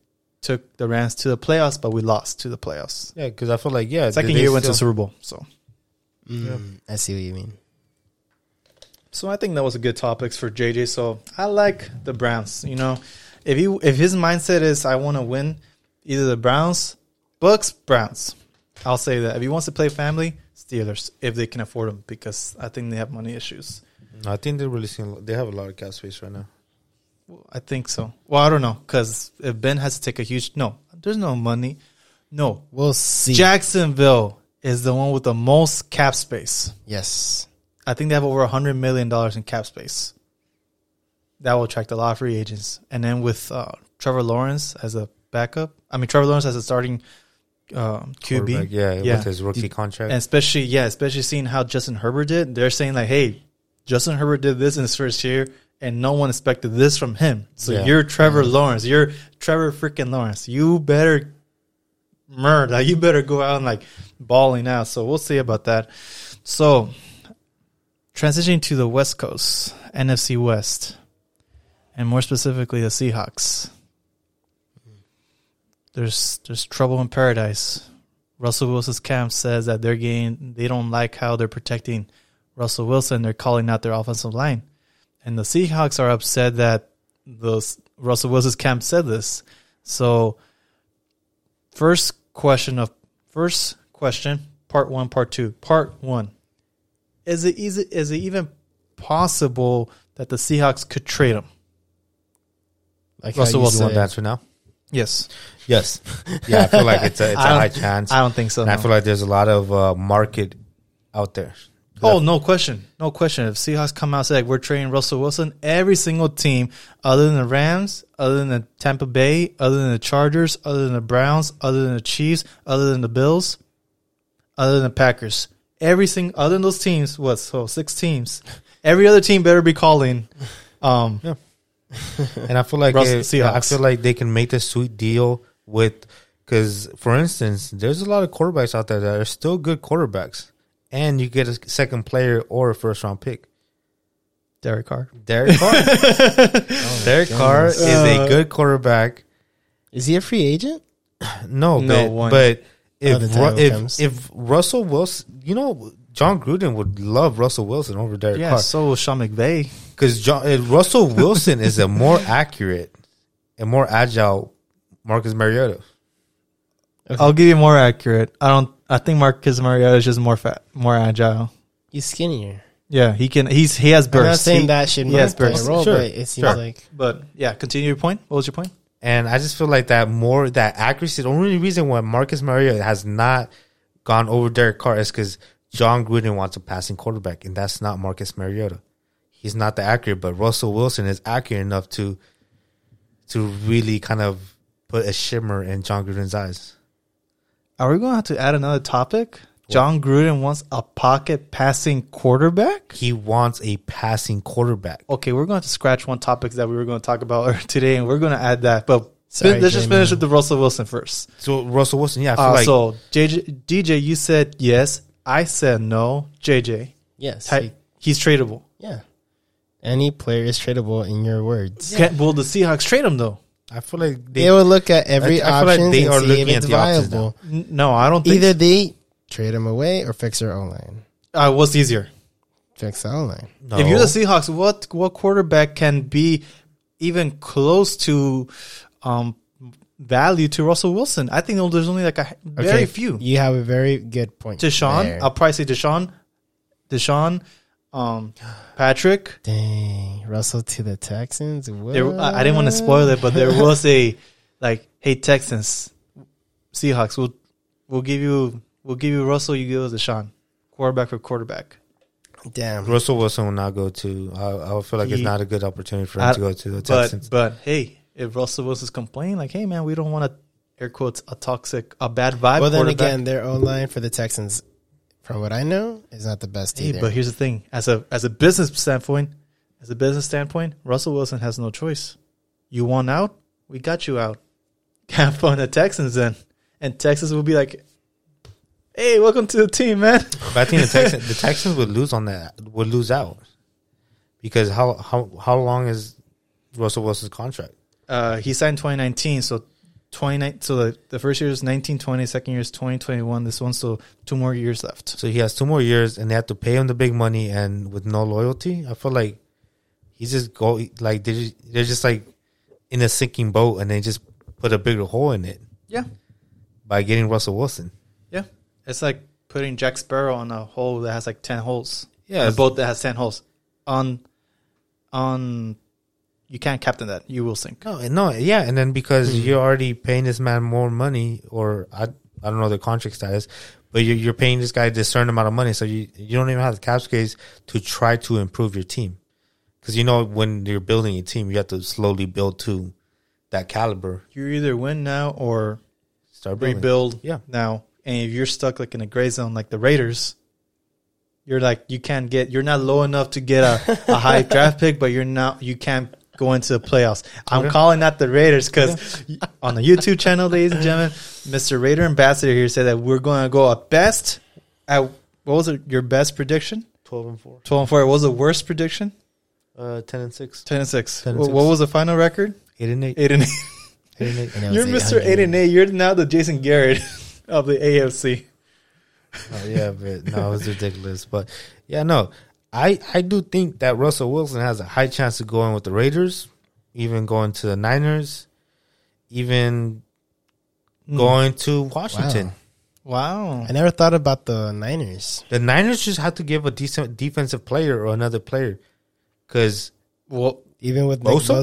S1: took the Rams to the playoffs, but we lost to the playoffs.
S3: Yeah, because I feel like yeah,
S1: Second
S3: they
S1: year went to
S3: still-
S1: Super Bowl. So,
S2: Mm, I see what you mean.
S1: so I think that was a good topics for JJ. So I like the Browns. You know, if he if his mindset is I want to win, either the Browns, Bucks, Browns. I'll say that if he wants to play family, Steelers if they can afford him because I think they have money issues.
S3: I think they're releasing. They have a lot of cap space right now.
S1: Well, I think so. Well, I don't know because if Ben has to take a huge no, there's no money. No,
S2: We'll see.
S1: Jacksonville is the one with the most cap space.
S2: yes,
S1: I think they have over hundred million dollars in cap space. That will attract a lot of free agents, and then with uh, Trevor Lawrence as a backup, I mean Trevor Lawrence as a starting um
S3: Quarterback,
S1: QB,
S3: yeah,
S1: Yeah.
S3: with his rookie contract.
S1: and especially yeah, especially seeing how Justin Herbert did, they're saying like, hey, Justin Herbert did this in his first year, and no one expected this from him. So
S3: Yeah. Mm-hmm.
S1: you're Trevor Lawrence, you're Trevor freaking Lawrence. You better murder, you better go out and like balling out. So we'll see about that. So transitioning to the West Coast, NFC West, and more specifically the Seahawks. There's there's trouble in paradise. Russell Wilson's camp says that they're getting they don't like how they're protecting Russell Wilson. They're calling out their offensive line, and the Seahawks are upset that those Russell Wilson's camp said this. So, first question of first question, part one, part two, part one. Is it easy? Is it even possible that the Seahawks could trade him?
S2: like
S1: Russell
S2: how you
S3: you want
S2: said.
S3: the answer now?
S1: Yes,
S3: Yes. [laughs] yeah, I feel like it's a,
S1: [laughs]
S3: it's a
S1: I don't-
S3: high chance.
S1: I don't think so.
S3: and I
S1: no.
S3: feel like there's a lot of uh, market out there.
S1: Oh, no question. No question. If Seahawks come out and say like, we're trading Russell Wilson, every single team other than the Rams, other than the Tampa Bay, other than the Chargers, other than the Browns, other than the Chiefs, other than the Bills, other than the Packers. Everything other than those teams, what so six teams. Every other team better be calling. Um
S3: and I feel like
S1: Russell-
S3: if- yeah, I
S1: Seahawks.
S3: feel like they can make the sweet deal with because, for instance, there's a lot of quarterbacks out there that are still good quarterbacks, and you get a second player or a first round pick.
S1: Derek Carr.
S3: Derek
S1: [laughs]
S3: Carr, Oh Derek Carr is
S1: Uh,
S3: a good quarterback.
S2: Is he a free agent?
S3: No,
S1: No
S3: but,
S1: one.
S3: but
S2: Other
S3: if
S2: time
S3: Ru-
S2: will
S3: if,
S2: comes.
S3: if Russell Wilson, you know, John Gruden would love Russell Wilson over Derek
S1: Yeah,
S3: Carr.
S1: so will Sean McVay.
S3: because eh, Russell Wilson is a
S1: [laughs]
S3: more accurate and more agile Marcus Mariota.
S1: I'll give you more accurate. I don't I think Marcus Mariota is just more fat more agile.
S2: He's skinnier.
S1: Yeah, he can he's he has burst.
S2: I'm not saying
S1: He-
S2: that should
S1: he has
S2: not play a
S1: burst.
S2: role,
S3: Sure,
S2: but it seems
S3: sure.
S2: like
S1: But yeah, continue your point. What was your point?
S3: And I just feel like that more that accuracy. The only reason why Marcus Mariota has not gone over Derek Carr is because John Gruden wants a passing quarterback, and that's not Marcus Mariota. He's not the accurate, but Russell Wilson is accurate enough to to really kind of put a shimmer in John Gruden's eyes.
S1: Are we going to have to add another topic? John Gruden wants a pocket passing quarterback.
S3: He wants a passing quarterback.
S1: Okay, we're going to have to scratch one topic that we were going to talk about [laughs] today, and we're going to add that. But
S2: Sorry,
S1: fin- let's just
S2: Jamie.
S1: finish with the Russell Wilson first.
S3: So Russell Wilson, yeah, I feel
S1: Uh,
S3: like
S1: so JJ, DJ, you said yes. I said no. JJ,
S2: yes,
S1: Ty-
S2: he-
S1: he's tradable.
S2: yeah. Any player is tradable in your words.
S1: Can, will the Seahawks trade him though?
S3: I feel like
S2: They will look at every
S3: I- I feel like
S2: option
S3: they
S2: and
S3: are
S2: see if
S3: looking at
S2: it's
S3: the options
S2: viable.
S1: N- No, I don't. Think
S2: Either they trade him away or fix their O line.
S1: uh, what's easier?
S2: Fix the O line.
S3: No.
S1: If you're
S2: Oh.
S1: the Seahawks, what what quarterback can be even close to um, value to Russell Wilson. I think there's only like a very
S2: Okay,
S1: few.
S2: You have a very good point.
S1: Deshaun,
S2: there.
S1: I'll probably say Deshaun, Deshaun, um, Patrick.
S2: Dang, Russell to the Texans.
S1: There, I, I didn't want to spoil it, but there was
S2: [laughs]
S1: a like, hey Texans, Seahawks, we'll we'll give you we'll give you Russell, you give us Deshaun, quarterback for quarterback.
S2: What? Damn.
S3: Russell Wilson will not go to. I, I feel like it's
S1: He-
S3: not a good opportunity for him
S1: I-
S3: to go to the
S1: But
S3: Texans.
S1: but hey, if Russell Wilson's complaining, like, hey man, we don't want to air quotes a toxic a bad vibe.
S2: Well, then
S1: quarterback.
S2: again, their O line for the Texans, from what I know, is not the best
S1: Hey,
S2: either.
S1: but here's the thing: as a as a business standpoint, as a business standpoint, Russell Wilson has no choice. You want out? We got you out. [laughs] Have fun at Texans then, and Texas will be like, "Hey, welcome to the team, man." [laughs]
S3: But I think the Texans, the Texans would lose on that. Would lose out because how how how long is Russell Wilson's contract?
S1: Uh, he signed 2019, so 29. So the, the first year is 1920, second year is 2021. This one, so two more years left.
S3: So he has two more years, and they have to pay him the big money, and with no loyalty, I feel like he's just go like they're just, they're just like in a sinking boat, and they just put a bigger hole in it
S1: Yeah,
S3: by getting Russell Wilson.
S1: yeah. It's like putting Jack Sparrow on a hole that has like 10 holes.
S3: Yeah,
S1: a boat that has ten holes. On, on, you can't captain that. You will sink.
S3: No, and no, yeah, and then because you're already paying this man more money, or I, I don't know the contract status, but you're, you're paying this guy this certain amount of money, so you you don't even have the cap space to try to improve your team, because you know when you're building a team, you have to slowly build to that caliber.
S1: You either win now or
S3: Start building.
S1: rebuild
S3: Yeah.
S1: now. And if you're stuck like in a gray zone, like the Raiders, you're like you can't get. You're not low enough to get
S3: [laughs]
S1: a, a high draft pick, but you're not. You can't go into the playoffs. I'm calling out the Raiders because on the YouTube channel, ladies and gentlemen, Mr. Raider Ambassador here said that we're going to go at best at what was it? Your best prediction?
S3: Twelve and four,
S1: Twelve and four. What was the worst prediction?
S3: uh, ten and six,
S1: Ten and six.
S3: 10 and
S1: Wh-
S3: six.
S1: What was the final record?
S3: eight and eight.
S1: Eight and eight.
S3: eight
S1: [laughs]
S3: and eight.
S2: And it
S1: You're
S2: was
S1: Mr. Eight
S2: 800.
S1: and eight. You're now the Jason Garrett [laughs] of the AFC.
S3: Oh, yeah, but no, it was ridiculous. But yeah, no, I I do think that Russell Wilson has a high chance of going with the Raiders, even going to the Niners, even going to Washington.
S2: Hmm. Wow.
S1: Wow.
S2: I never thought about the Niners.
S3: The Niners just have to give a decent defensive player or another player because
S1: Well,
S2: Even with Nick
S3: Bosa?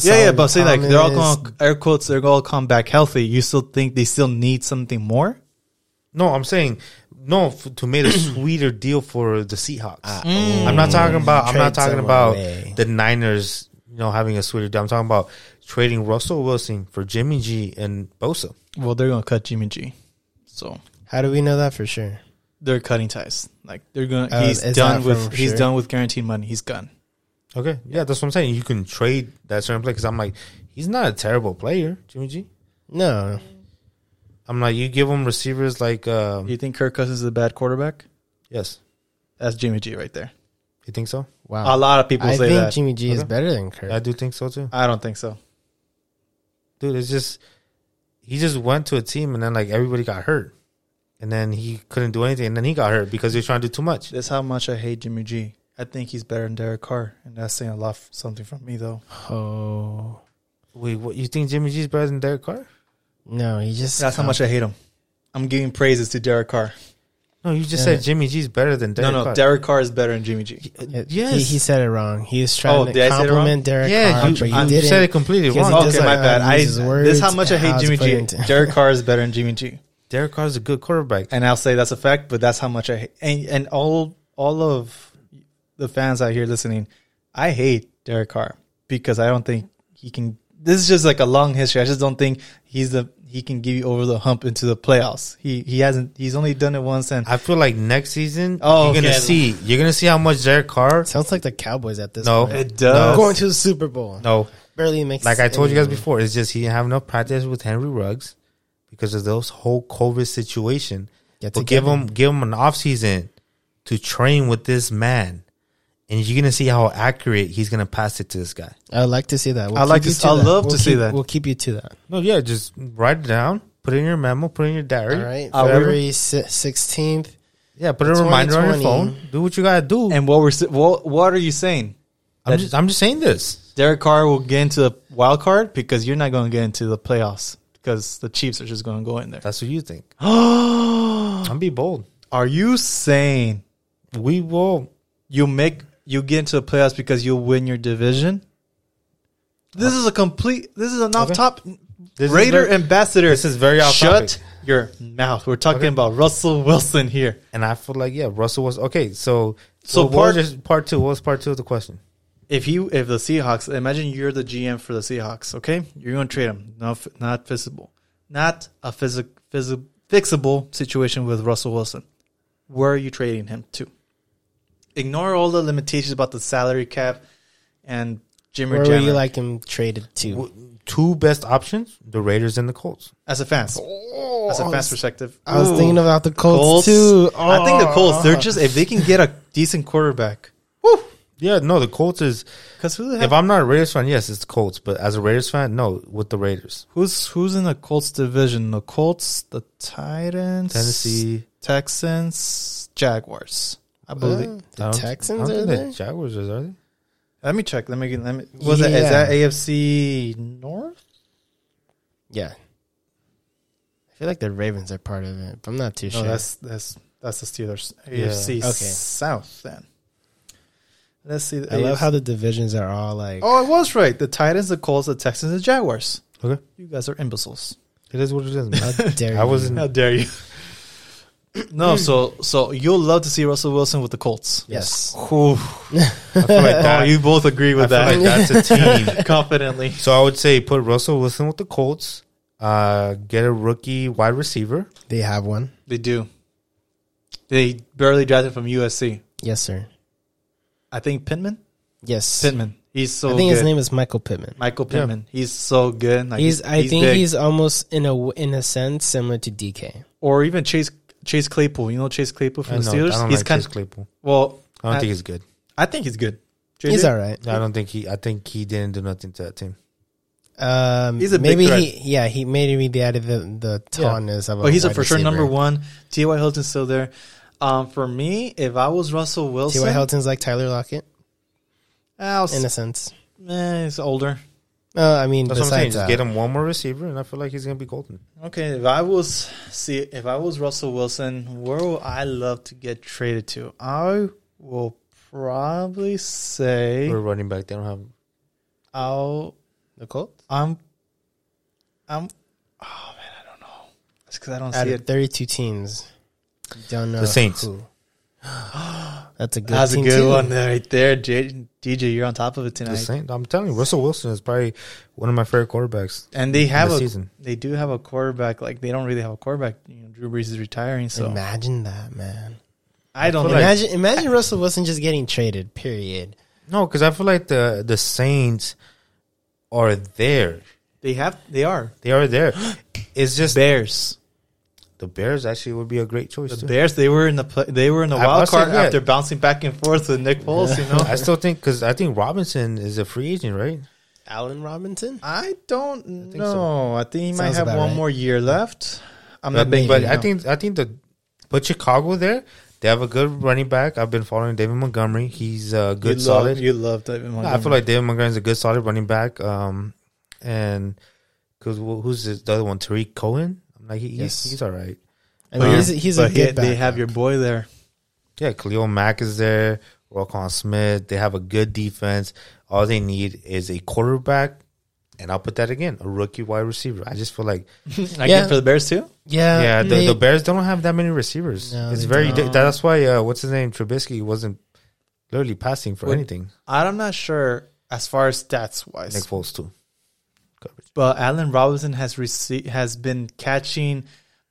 S2: Bosa,
S1: yeah, yeah, but say
S2: Solomon
S1: like they're all
S2: Thomas,
S1: going air quotes. They're all come back healthy. You still think they still need something more?
S3: no, I'm saying. No, f-
S2: [clears throat]
S3: to make a sweeter deal for the Seahawks. I'm not talking about. I'm not
S2: Ah, Trade
S3: talking
S2: someone
S3: about
S2: away.
S3: the Niners. You know, having a sweeter deal. I'm talking about trading Russell Wilson for Jimmy G and Bosa.
S1: Well, they're gonna cut Jimmy G, so
S2: How do we know that for sure?
S1: they're cutting ties. Like they're gonna.
S2: Uh,
S1: he's
S2: is
S1: done
S2: that
S1: with.
S2: for
S1: He's
S2: sure?
S1: done with guaranteed money. He's gone.
S3: Okay, yeah, that's what I'm saying. You can trade that certain player because I'm like, he's not a terrible player, Jimmy G.
S2: No,
S3: I'm like, you give him receivers like, um,
S1: You think Kirk Cousins is a bad quarterback?
S3: yes,
S1: That's Jimmy G right there.
S3: you think so?
S2: wow.
S1: A lot of people
S2: Uh, I
S1: say
S2: think
S1: that.
S2: Jimmy G is
S3: Okay.
S2: better than Kirk.
S3: I do think so too,
S1: I don't think so.
S3: dude. It's just he just went to a team and then like everybody got hurt, and then he couldn't do anything, and then he got hurt because he was trying to do too much.
S1: That's how much I hate Jimmy G. I think he's better than Derek Carr, and that's saying a lot. f- Something from me though.
S2: oh
S3: Wait, what? You think Jimmy G is better than Derek Carr?
S2: no, he just
S1: That's how much I hate him. I'm giving praises to Derek Carr.
S3: No, you just
S2: Yeah.
S3: said Jimmy G is better than Derek.
S1: no, no,
S3: Carr.
S1: Derek Carr is better than Jimmy G.
S2: Yeah,
S3: Yes.
S2: he, he said it wrong. He was trying
S1: Oh,
S2: to
S1: did I say it wrong?
S2: compliment Derek
S3: yeah,
S2: Carr,
S3: you,
S2: but he
S3: you
S2: didn't.
S3: said it completely
S2: Because
S3: wrong.
S2: he
S1: Oh, Okay,
S2: does
S1: my
S2: that,
S1: bad.
S2: how
S1: I,
S2: he uses
S1: this is how
S2: uh, words
S1: much I
S2: and how
S1: hate
S2: it's
S1: Jimmy G.
S2: put into- [laughs]
S1: Derek Carr is better than Jimmy G,
S3: Derek Carr is a good quarterback.
S1: and I'll say that's a fact. But that's how much I hate. And, and all all of the fans out here listening, I hate Derek Carr because I don't think he can. This is just like a long history. I just don't think he's the he can give you over the hump into the playoffs. He he hasn't. He's only done it once, and
S3: I feel like next season
S1: Oh,
S3: you're gonna
S1: okay.
S3: see you're gonna see how much Derek Carr.
S2: Sounds like the Cowboys at this
S3: No,
S2: point.
S1: It does.
S2: Going to the Super Bowl.
S3: No,
S2: Barely makes
S3: like I told you guys
S2: any-
S3: before, it's just he didn't have enough practice with Henry Ruggs because of those whole COVID situation.
S2: Get
S3: but give
S2: together.
S3: him give him an off season to train with this man, and you're gonna see how accurate he's gonna pass it to this guy.
S2: I would like to see that. We'll
S1: I'd like
S2: keep
S1: to
S2: you
S1: s- I'd love
S2: We'll
S1: to see
S2: keep-
S1: that.
S2: We'll keep you to that.
S3: No, yeah, just write it down, put it in your memo, put it in your diary.
S2: All right.
S1: Uh, we were-
S2: February sixteenth.
S3: Yeah, put a reminder on your
S2: 2020.
S3: phone. Do what you gotta do.
S1: and what we're s- what what are you saying?
S3: I'm just I'm just saying this.
S1: Derek Carr will get into the wild card because you're not going to get into the playoffs because the Chiefs are just going to go in there.
S3: That's what you think.
S1: [gasps]
S3: I'm be bold.
S1: Are you saying
S3: We will.
S1: you make you get into the playoffs because you win your division? This is a complete. This is an off top
S3: This is
S1: Raider
S3: very-
S1: ambassador.
S3: this is very off
S1: Shut
S3: topic.
S1: your mouth. We're talking about Russell Wilson here.
S3: And I feel like yeah, Russell was okay. So
S1: So
S3: so part
S1: part-
S3: part two. What was part two of the question?
S1: If you if the Seahawks, imagine you're the GM for the Seahawks. Okay, you're going to trade him. Not not fixable. Not a physic, physi- fixable situation with Russell Wilson. Where are you trading him to? Ignore all the limitations about the salary cap and Jimmy
S2: Where would
S1: Jimmer.
S2: you like him traded to?
S3: W- Two best options: the Raiders and the Colts.
S1: as a fans, as a fans perspective.
S2: Oh, I was
S1: Ooh.
S2: thinking about the Colts, too.
S1: I think the Colts. They're
S2: Oh.
S1: just if they can get
S2: [laughs]
S1: a decent quarterback.
S3: Yeah, no, the Colts is.
S1: Because who the
S3: If
S1: hell,
S3: I'm not a Raiders fan, yes, it's the Colts. But as a Raiders fan, no, with the Raiders,
S1: who's who's in the Colts division? The Colts, the Titans,
S3: Tennessee.
S1: Texans, Jaguars. I believe.
S3: I
S2: The
S3: don't- I
S2: Texans
S3: don't
S2: are
S3: think the
S2: there.
S3: Jaguars are there.
S1: let me check. Let me get. Let me. Was it
S2: Yeah.
S1: is that AFC North?
S2: Yeah, I feel like the Ravens are part of it, but I'm not too
S1: No,
S2: sure.
S1: Oh, that's that's that's the Steelers. AFC
S2: Okay.
S1: South. Then let's see. the
S2: I love
S1: AFC
S2: how the divisions are all like.
S1: Oh, I was right. The Titans, the Colts, the Texans, the Jaguars.
S3: Okay,
S1: You guys are imbeciles.
S3: it is what it
S1: [laughs]
S3: is. [laughs]
S2: How
S3: Man.
S2: dare
S3: I
S2: you.
S3: wasn't.
S1: How dare
S2: [laughs]
S1: you? no, so so you'll love to see Russell Wilson with the Colts.
S2: Yes.
S3: I feel like that. [laughs]
S1: oh, you both agree
S3: I
S1: with
S3: feel
S1: that [laughs]
S3: like that's [laughs] a team.
S1: confidently.
S3: So I would say put Russell Wilson with the Colts. Uh, get a rookie wide receiver.
S2: They have one.
S1: They do. They barely drafted from USC.
S2: Yes, sir.
S1: I think Pittman.
S2: Yes.
S1: Pittman. He's so.
S2: I think
S1: good.
S2: his name is Michael Pittman.
S1: Michael Pittman. He's so good. Like,
S2: he's, I think
S1: big.
S2: he's almost in a w- in a sense similar to DK.
S1: or even Chase Chase Claypool. You know Chase Claypool
S3: I,
S1: from the
S3: know,
S1: Steelers.
S3: I don't
S1: he's
S3: like
S1: kind.
S3: Chase Claypool.
S1: well,
S3: I don't
S1: I-
S3: think he's good.
S1: I think he's good.
S2: He's
S1: JJ?
S2: all right.
S3: I don't think he. I think he didn't do nothing to that team.
S2: Um,
S1: He's a big
S2: maybe
S1: threat.
S2: he yeah he maybe they added the the
S1: Yeah.
S2: tallness of a
S1: But he's a
S2: wide
S1: for sure
S2: receiver.
S1: number one. T.Y. Hilton's still there. Um, for me, if I was Russell Wilson,
S2: T.Y. Hilton's like Tyler Lockett
S1: I'll s-
S2: in a sense.
S1: eh, he's older.
S2: No, I mean
S3: That's what I'm saying.
S2: besides that,
S3: Just get him one more receiver, and I feel like he's gonna be golden.
S1: Okay, if I was see if I was Russell Wilson, where would I love to get traded to? I will probably say
S3: We're running back. They don't have.
S1: I'll
S2: the Colts
S1: I'm I'm oh man, I don't know. It's because I don't
S2: out
S1: see
S2: of
S1: it.
S2: thirty two teams. you Don't know
S3: The Saints.
S2: Who. [gasps] That's a good.
S1: That's a
S2: team,
S1: good
S2: too.
S1: one right there, J- DJ. You're on top of it
S3: The
S1: tonight.
S3: same. I'm telling you, Russell Wilson is probably one of my favorite quarterbacks.
S1: And they have
S3: This
S1: a
S3: season.
S1: they do have a quarterback. Like they don't really have a quarterback. You know, Drew Brees is retiring, so
S2: Imagine that, man.
S1: I don't
S3: feel
S1: know.
S3: like-
S2: Imagine imagine Russell Wilson just getting traded. Period.
S3: No, because I feel like the the Saints are there.
S1: they have they are
S3: They are there. It's just
S1: Bears.
S3: [gasps] the Bears actually would be a great choice.
S1: The
S3: too.
S1: Bears they were in the play, they were in the
S3: I
S1: wild
S3: must
S1: card
S3: admit-
S1: after bouncing back and forth with Nick Foles.
S3: [laughs]
S1: You know,
S3: I still think because I think Robinson is a free agent, right?
S2: Allen Robinson.
S1: I don't
S3: think
S1: know.
S3: so.
S1: I think he might
S2: Sounds
S1: have
S2: about
S1: one
S2: right.
S1: more year left. I'm
S3: But,
S1: not big,
S3: but I think I think the but Chicago there they have a good running back. I've been following David Montgomery. He's a good
S1: you
S3: solid.
S1: Love, you love David
S3: No,
S2: Oh,
S1: Montgomery.
S3: I feel like David Montgomery is a good solid running back. Um, and because who's this, the other one? Tariq Cohen. I'm like he,
S2: Yes.
S3: he's, he's all right.
S2: I mean,
S1: But
S2: he's,
S1: you're-
S2: he's a
S1: Oh, but he-
S2: good.
S1: They
S2: backup.
S1: have your boy there.
S3: Yeah, Khalil Mack is there. Roquan Smith. They have a good defense. All they need is a quarterback, and I'll put that again: a rookie wide receiver. I just feel like
S1: I
S2: Yeah.
S1: for the Bears too.
S2: yeah
S3: yeah, the,
S2: they-
S3: the Bears don't have that many receivers.
S2: Uh, No,
S3: it's
S2: they
S3: very
S1: don't.
S3: that's why uh, what's his name Trubisky wasn't literally passing for
S1: Would-
S3: anything.
S1: I'm not sure as far as stats
S3: Nick
S1: wise,
S3: Foles too. Garbage.
S1: but Allen Robinson has received has been catching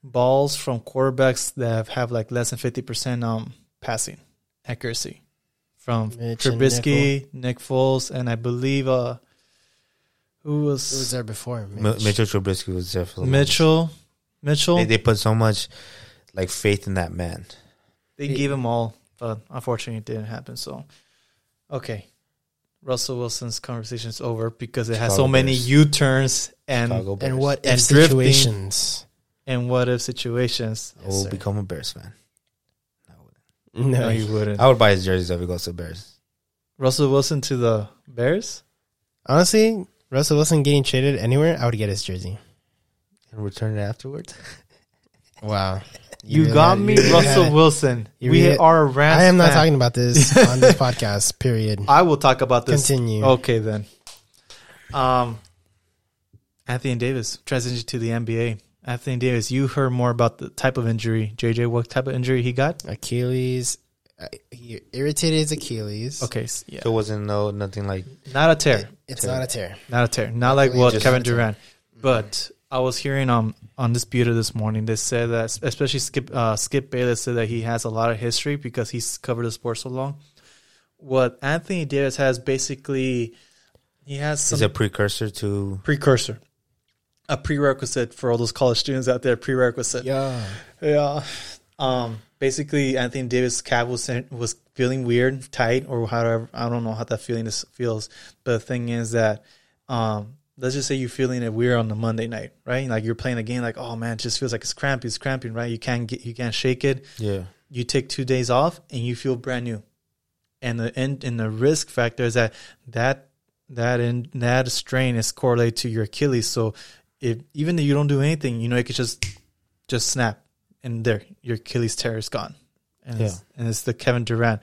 S1: balls from quarterbacks that have, have like less than fifty percent um passing accuracy from
S2: Mitch and
S1: Trubisky, Nick Foles, and I believe uh who
S2: Who was
S1: was,
S2: there before?
S3: Mi- Mitchell Trubisky was there for the
S1: Mitchell. Mitchell.
S3: They,
S1: They,
S3: they put so much like faith in that man.
S1: gave him all, but unfortunately, it didn't happen. So, okay. Russell Wilson's conversation is over because it has so
S3: Chicago
S1: many
S3: Bears.
S1: U turns and
S3: Chicago Bears.
S2: And what
S1: And
S2: if
S1: drifting.
S2: situations?
S1: and what if situations.
S3: I will
S2: Yes, sir.
S3: become a Bears fan. I would.
S2: [laughs]
S1: No, you wouldn't.
S3: I would buy his jerseys if he goes to the Bears.
S1: Russell Wilson to the Bears?
S2: Honestly, Russell Wilson getting traded anywhere, I would get his jersey.
S3: and return it afterwards.
S2: Wow.
S1: You
S2: really
S1: got
S2: had-
S1: me,
S2: really
S1: Russell
S2: had-
S1: Wilson.
S3: You
S1: we
S3: really-
S1: are a Rams.
S2: I am not
S1: fan.
S2: talking about this
S1: [laughs]
S2: on this podcast, period.
S1: I will talk about this. Oh,
S2: Continue.
S1: Okay, then. Um, Anthony Davis transitioned to the NBA. Anthony Davis, you heard more about the type of injury, JJ. What type of injury he got?
S2: Achilles. uh, He irritated his Achilles.
S1: Okay, s- yeah,
S3: So it wasn't no nothing like
S1: not a tear,
S2: It's not a tear.
S1: not a tear, not like what
S2: Just-
S1: Kevin Durant. But I was hearing on on this beauty this morning. They said that, especially Skip uh, Skip Bayless said that he has a lot of history because he's covered the sport so long. What Anthony Davis has basically, he has some
S3: is a precursor to
S1: precursor, a prerequisite for all those college students out there. Prerequisite,
S2: Yeah.
S1: yeah. Um, basically, Anthony Davis' calf was was feeling weird, tight, or however I don't know how that feeling is, feels. But the thing is that, um, let's just say you're feeling it weird on the Monday night, right? Like you're playing a game, like oh man, it just feels like it's cramping, it's cramping, right? You can't get, you can't shake it.
S3: yeah.
S1: You take two days off, and you feel brand new. And the and, and the risk factor is that that that in that strain is correlated to your Achilles. So if even if you don't do anything, you know it could just just snap and there your Achilles tear is gone. And it's, and it's the Kevin Durant.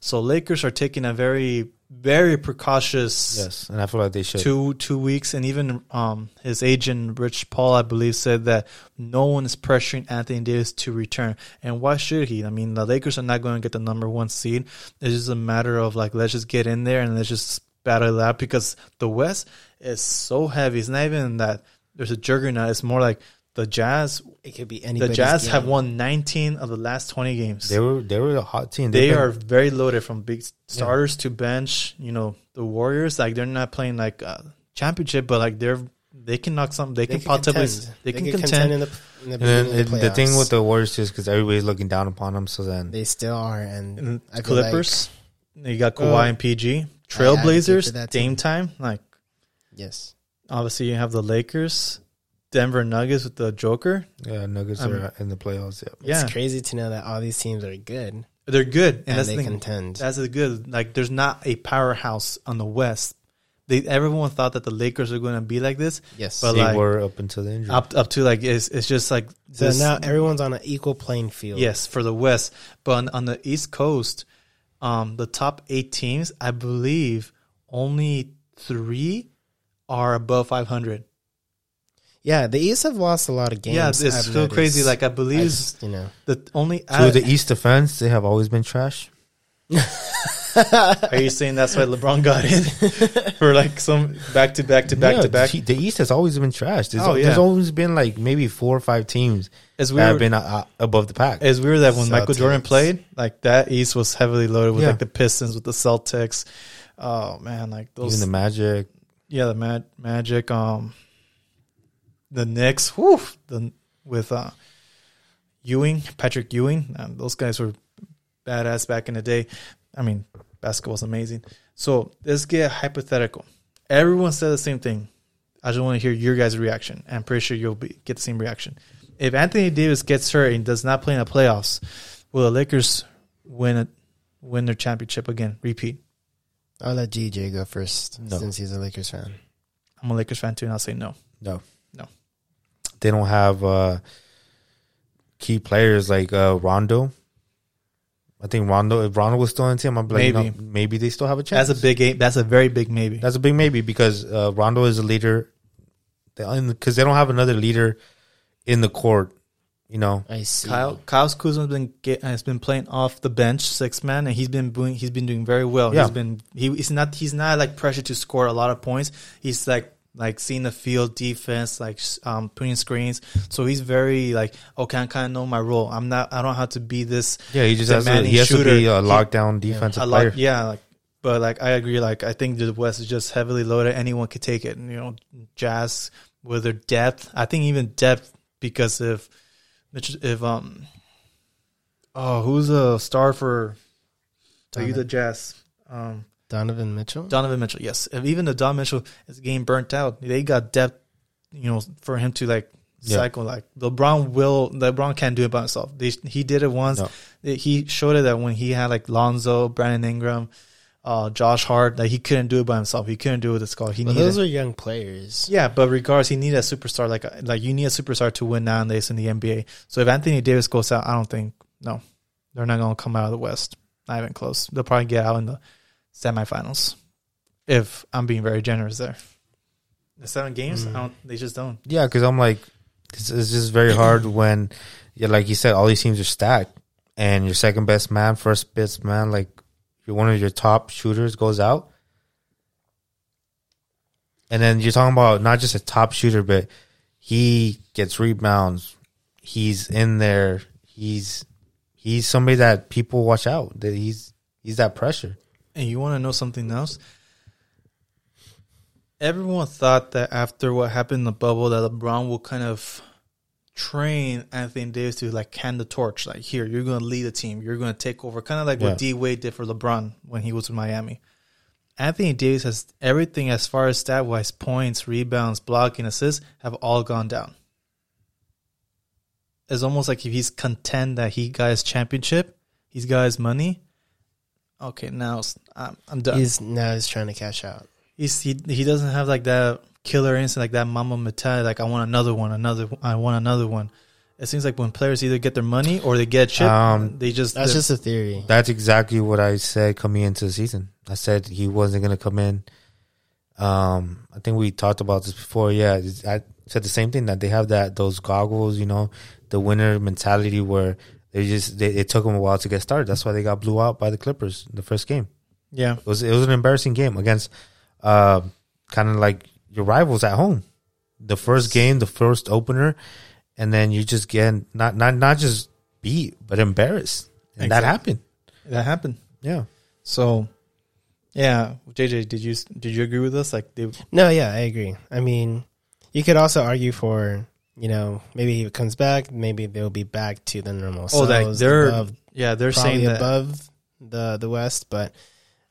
S1: So Lakers are taking a very very precautious
S3: Yes, and I feel like they should.
S1: two two weeks, and even um, his agent Rich Paul, I believe, said that no one is pressuring Anthony Davis to return. And why should he? I mean, the Lakers are not going to get the number one seed. It's just a matter of like let's just get in there and let's just battle it out because the West is so heavy. It's not even that there's a juggernaut. It's more like the Jazz.
S2: It could be
S1: The
S2: anybody.
S1: Jazz have won 19 of the last 20 games
S3: They were they were a hot team.
S1: they
S3: been-
S1: are very loaded from big starters to bench. You know the Warriors, like they're not playing like uh, championship, but like they're they can knock some. They,
S2: They
S1: can
S2: can
S1: possibly
S2: contend.
S1: they, can, contend.
S2: in the, in the,
S3: And
S2: beginning
S3: then it-
S2: of the,
S3: the thing with
S2: playoffs.
S3: the Warriors is because everybody's looking down upon them. So then
S2: they still are, and
S1: And
S2: I feel like-
S1: Mm, Clippers, you got Kawhi
S2: Uh,
S1: and PG.
S2: for
S1: Trailblazers,
S2: that
S1: Dame time. Like
S2: yes,
S1: obviously you have the Lakers, Denver Nuggets with the Joker.
S3: yeah, Nuggets
S1: Um,
S3: are in the playoffs. Yeah.
S1: yeah,
S2: it's crazy to know that all these teams are good and,
S1: they're good, and, that's
S2: they
S1: the thing.
S2: contend.
S1: That's the good. Like, there's not a powerhouse on the West. They everyone thought that the Lakers were going to be like this,
S2: yes,
S1: but
S3: they
S1: like-
S3: were up until the injury.
S1: up up to like it's it's just like
S2: so
S1: this-
S2: now everyone's on an equal playing field.
S1: Yes, for the West, but on, on the East Coast, um, the top eight teams, I believe, only three are above five hundred.
S2: yeah, the East have lost a lot of games.
S1: Yeah, it's
S2: I've
S1: so
S2: noticed.
S1: crazy. Like I
S2: I
S1: believe
S2: just, you know,
S1: the only.
S3: so the East defense, they have always been trash.
S1: [laughs] are you saying that's why LeBron got in
S3: [laughs]
S1: for like some back to back to back
S3: Yeah,
S1: to back?
S3: The the East has always been trash. There's,
S1: Oh, yeah.
S3: there's always been like maybe four or five teams
S1: It's
S3: that have
S1: weird.
S3: been uh, uh, above the pack.
S1: It's weird that when Michael Jordan
S2: Celtics.
S1: played, like that East was heavily loaded with
S3: Yeah.
S1: like the Pistons, with the Celtics. Oh man, like those
S3: Even the Magic,
S1: yeah, the Mag- Magic, um, the Knicks, whew, the with uh, Ewing, Patrick Ewing, um, those guys were badass back in the day. I mean, basketball's amazing. So let's get hypothetical. Everyone said the same thing. I just want to hear your guys' reaction. I'm pretty sure you'll be, get the same reaction. If Anthony Davis gets hurt and does not play in the playoffs, will the Lakers win it, win their championship again? Repeat.
S2: I'll let GJ go first
S3: No.
S2: since he's a Lakers fan.
S1: I'm a Lakers fan too, and I'll say no.
S3: No.
S1: No.
S3: They don't have uh, key players like uh, Rondo. I think Rondo, if Rondo was still on the team, I'd be like,
S1: Maybe.
S3: maybe. No, maybe they still have a chance.
S1: That's a big. eight. That's a very big maybe.
S3: That's a big maybe because uh, Rondo is a leader. Because they don't have another leader in the court, you know.
S2: I see.
S1: Kyle Kyle's Kuzma's been get, has been playing off the bench, six man, and he's been doing he's been doing very well.
S3: Yeah.
S1: He's been he, he's not he's not like pressured to score a lot of points. He's like like seeing the field defense, like s- um, putting screens. So he's very like okay, I kind of know my role. I'm not I don't have to be this
S3: Yeah, he just
S1: The
S3: has to,
S1: man-y
S3: he has to
S1: shooter.
S3: be a lockdown defensive
S1: a
S3: player.
S1: lot. Yeah, like, but like I agree. Like I think the West is just heavily loaded. Anyone could take it. And, you know, Jazz with their depth. I think even depth because if Mitch- if um oh who's a star for are you the Jazz um
S2: Donovan Mitchell.
S1: Donovan Mitchell? Yes, if even the Don Mitchell is getting burnt out, they got depth. You know, for him to like.
S3: Yeah.
S1: Cycle like LeBron will LeBron can't do it by himself. They, he did it once.
S3: No.
S1: He showed it that when he had like Lonzo, Brandon Ingram, uh, Josh Hart that he couldn't do it by himself. He couldn't do it with his skull. He
S2: But
S1: needed
S2: those are young players.
S1: yeah, but regardless, he needed a superstar. Like like you need a superstar to win nowadays in the NBA. So if Anthony Davis goes out, I don't think no, they're not going to come out of the West. Not even close. They'll probably get out in the semifinals. If I'm being very generous there, Mm-hmm. the seven games, I don't, they just don't.
S3: Yeah, because I'm like, it's, it's just very hard when, yeah, like you said, all these teams are stacked, and your second best man, first best man, like you're one of your top shooters goes out, and then you're talking about not just a top shooter, but he gets rebounds, he's in there, he's he's somebody that people watch out that he's he's that pressure.
S1: And you want to know something else? Everyone thought that after what happened in the bubble, that LeBron will kind of train Anthony Davis to like hand the torch, like here, you're going to lead the team, you're going to take over, kind of like
S3: Yeah.
S1: what D Wade did for LeBron when he was in Miami. Anthony Davis has everything as far as stat wise, points, rebounds, blocking, assists have all gone down. It's almost like if he's content that he got his championship, he's got his money. Okay, now it's- I'm, I'm done
S2: He's now he's trying to cash out.
S1: he's he, he doesn't have like that killer instinct like that mama mentality like i want another one another i want another one it seems like when players either get their money or they get shit
S3: Um,
S1: they just
S2: That's
S1: they're-
S2: just a theory.
S3: That's exactly what I said coming into the season. I said he wasn't going to come in. Um, I think we talked about this before. Yeah, it's- I said the same thing that they have that those goggles, you know, the winner mentality where they just they, it took them a while to get started. That's why they got blew out by the Clippers in the first game.
S1: yeah
S3: It was it was an embarrassing game against uh, kind of like your rivals at home. The first game, the first opener, and then you just get not not not just beat but embarrassed, and that
S1: Exactly.
S3: happened.
S1: that happened
S3: Yeah.
S1: so yeah jj did you did you agree with us like they, oh,
S2: No, yeah, I agree. I mean, you could also argue for you know maybe he comes back, maybe they'll be back to the normal.
S1: oh like
S2: selves,
S1: they're
S2: above,
S1: yeah they're
S2: probably
S1: saying that
S2: above the the West, but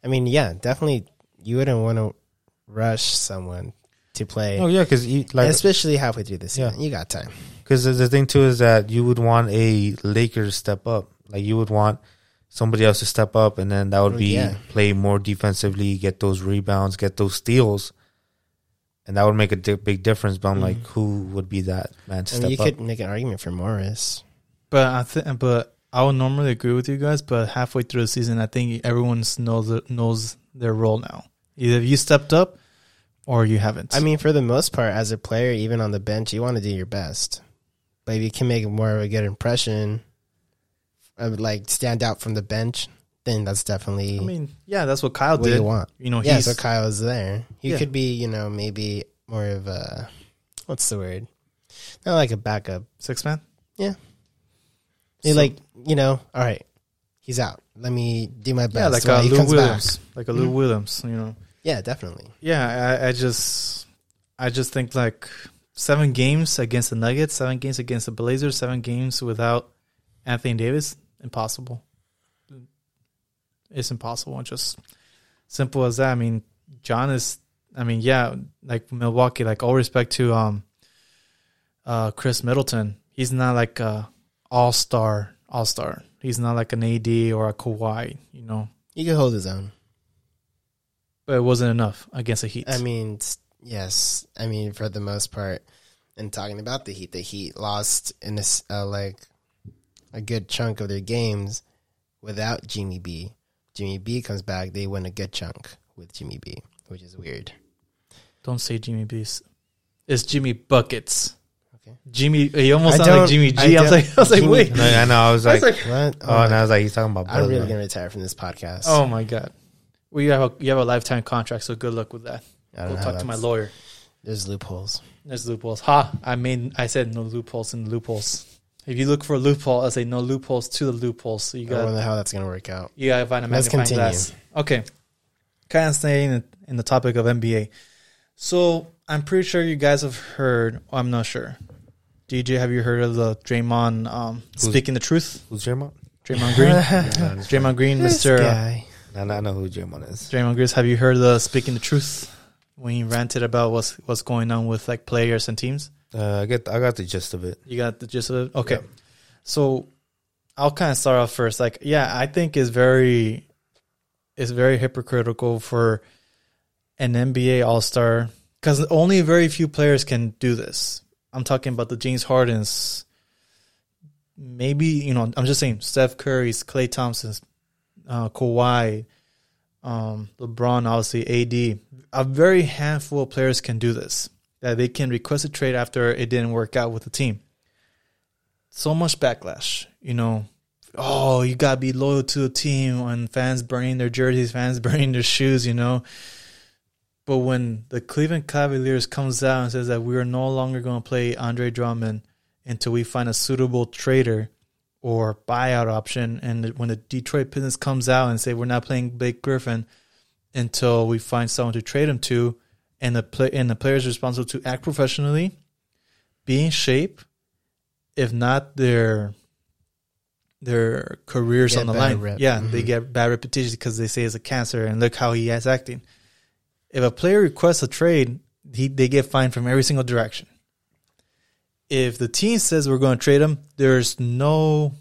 S2: I mean, yeah, definitely you wouldn't want to rush someone to play,
S3: Oh yeah, because like
S2: especially halfway through the season.
S3: Yeah.
S2: You got time.
S3: because the thing too is that you would want a Lakers to step up. Like you would want somebody else to step up, and then that would
S2: Oh,
S3: be
S2: yeah.
S3: play more defensively, get those rebounds, get those steals, and that would make a di- big difference. But I'm like, who would be that man to
S2: Mm. I mean, you
S3: step up?
S2: could make an argument for Morris.
S1: but i think but i would normally agree with you guys but halfway through the season i think everyone knows knows their role now either you stepped up or you haven't
S2: I mean, for the most part, as a player, even on the bench, you want to do your best. But if you can make more of a good impression, I would like stand out from the bench, then that's definitely
S1: I mean, yeah, that's what Kyle
S2: what
S1: did.
S2: you want.
S1: You know,
S2: yeah,
S1: he's
S2: so Kyle's there. He
S1: Yeah.
S2: could be, you know, maybe more of a what's the word? Not like a backup.
S1: six man.
S2: You're
S1: So-
S2: like, you know, all right, he's out. Let me do my best.
S1: Yeah, like
S2: while
S1: a
S2: he
S1: Lou
S2: comes
S1: Williams,
S2: back.
S1: like a Lou Williams. You know,
S2: Yeah, definitely.
S1: yeah, I, I just, I just think like seven games against the Nuggets, seven games against the Blazers, seven games without Anthony Davis, impossible. It's impossible. It's just simple as that. I mean, John is. I mean, yeah, like Milwaukee. Like all respect to um, uh, Chris Middleton. He's not like a all star. All star. He's not like an AD or a Kawhi. You know,
S2: He could hold his own.
S1: but it wasn't enough against the Heat.
S2: I mean, s- yes. I mean, for the most part, and talking about the Heat, the Heat lost in this uh, like a good chunk of their games without Jimmy B. Jimmy B comes back, they win a good chunk with Jimmy B, which is weird.
S1: Don't say Jimmy B's. It's Jimmy Buckets.
S2: Okay.
S1: Jimmy, he almost
S2: I
S1: sounded
S2: don't-
S1: like Jimmy
S2: I
S1: G. I, was
S2: don't-
S1: like, I was like,
S2: Jimmy-
S1: wait.
S3: No, I know.
S2: [laughs]
S3: I was [laughs] like,
S2: What?
S3: oh, and I was like, he's talking about.
S2: I'm
S3: brother.
S2: really gonna retire from this podcast.
S1: Oh my god. Well, you have a you have a lifetime contract, so good luck with that.
S2: I don't
S1: Go
S2: know
S1: talk
S2: how
S1: to my
S2: that's-
S1: lawyer.
S2: There's loopholes.
S1: There's loopholes. Ha! I mean, I said no loopholes in loopholes. If you look for a loophole, I say no loopholes to the loopholes. So you
S2: I don't
S1: got
S2: know how that's gonna work out.
S1: you gotta find a
S2: Let's
S1: magnifying
S2: continue.
S1: glass. Okay, kind of staying in, in the topic of NBA. So I'm pretty sure you guys have heard. Well, I'm not sure. DJ, have you heard of the Draymond um, speaking the truth?
S3: Who's Draymond?
S1: Draymond Green.
S2: [laughs]
S1: Draymond Green, Mr. uh,
S2: guy.
S3: I know, I know who Draymond is.
S1: Draymond Green, have you heard the speaking the truth when he ranted about what's what's going on with like players and teams?
S3: Uh, I get. I got the gist of it.
S1: You got the gist of it? Okay. So I'll kind of start off first. Like, yeah, I think it's very it's very hypocritical for an NBA All Star because only very few players can do this. I'm talking about the James Hardens, maybe you know. I'm just saying Steph Curry's, Clay Thompson's, uh, Kawhi, um, LeBron, obviously AD. A very handful of players can do this that they can request a trade after it didn't work out with the team. So much backlash, you know. Oh, you gotta be loyal to the team, and fans burning their jerseys, fans [laughs] burning their shoes, you know. But when the Cleveland Cavaliers comes out and says that we are no longer going to play Andre Drummond until we find a suitable trader or buyout option, and when the Detroit Pistons comes out and say we're not playing Blake Griffin until we find someone to trade him to, and the play and the player is responsible to act professionally, be in shape, if not their their careers
S4: Get
S1: on the
S4: bad
S1: line.
S4: rep. Mm-hmm.
S1: Yeah, they get bad repetitions because they say it's a cancer, and look how he is acting if a player requests a trade, he, they get fined from every single direction. If the team says we're going to trade him, there's no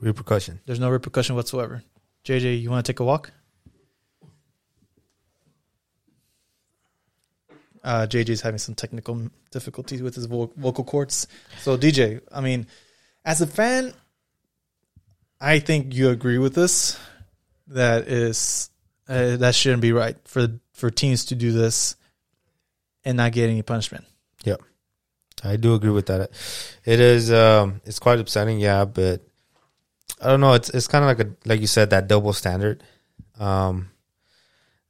S3: Repercussion.
S1: there's no repercussion whatsoever. JJ, you want to take a walk? Uh, JJ's having some technical difficulties with his vo- vocal cords. So DJ, I mean, as a fan, I think you agree with this. That is uh, that shouldn't be right for for teams to do this and not get any punishment.
S3: I do agree with that. It is um it's quite upsetting, yeah, but I don't know, it's it's kinda like a like you said, that double standard. Um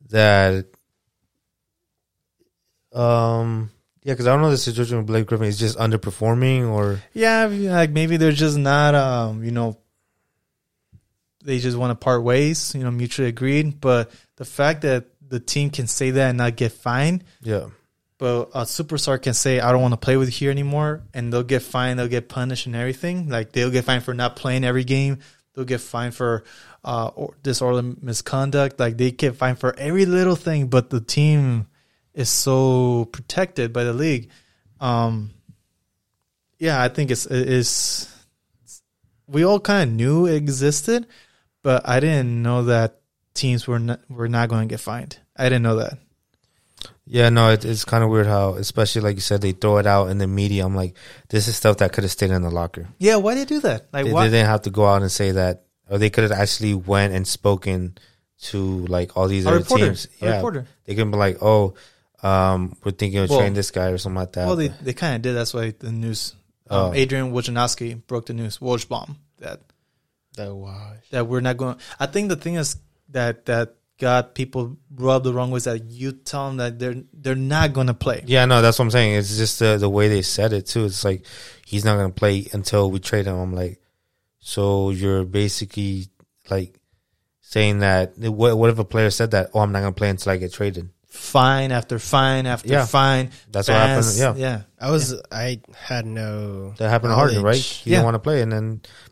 S3: that um yeah, because I don't know the situation with Blake Griffin. He's just underperforming or
S1: Yeah, I mean, like maybe they're just not, um, you know, they just want to part ways, you know, mutually agreed. But the fact that the team can say that and not get fined,
S3: yeah.
S1: but a superstar can say, I don't want to play with you here anymore, and they'll get fined, they'll get punished and everything. Like they'll get fined for not playing every game, they'll get fined for uh, or disorderly misconduct. Like they get fined for every little thing, but the team is so protected by the league. Um, yeah, I think it's it's we all kind of knew it existed, but I didn't know that teams were not, were not going to get fined. I didn't know that.
S3: Yeah, no, it, it's kind of weird how, especially like you said, they throw it out in the media. I'm like, this is stuff that could have stayed in the locker.
S1: Yeah, why did they do that? Like,
S3: They,
S1: why?
S3: they didn't have to go out and say that, or they could have actually went and spoken to like all these
S1: A
S3: other
S1: reporter.
S3: teams.
S1: A
S3: yeah,
S1: reporter.
S3: they could be like, oh, um, we're thinking of
S1: Well-
S3: trading this guy or something like that.
S1: Well, they, they kind of did. That's why the news. Um,
S3: Uh, Oh.
S1: Adrian Wojnarowski broke the news. Wojbomb that
S4: The wash.
S1: that we're not going. I think the thing is that that got people rubbed the wrong way is that you tell them that they're they're not going to play.
S3: yeah, no, that's what I'm saying. It's just the the way they said it too. It's like he's not gonna play until we trade him. I'm like, so you're basically like saying that what what if a player said that? Oh, I'm not gonna play until I get traded.
S1: Fine after fine after
S3: Yeah.
S1: fine.
S3: That's what happened,
S1: Fans-
S3: yeah.
S1: yeah.
S4: I was I had no
S3: That happened to Harden, right?
S4: knowledge.
S3: He
S1: Yeah.
S3: didn't want to play, and then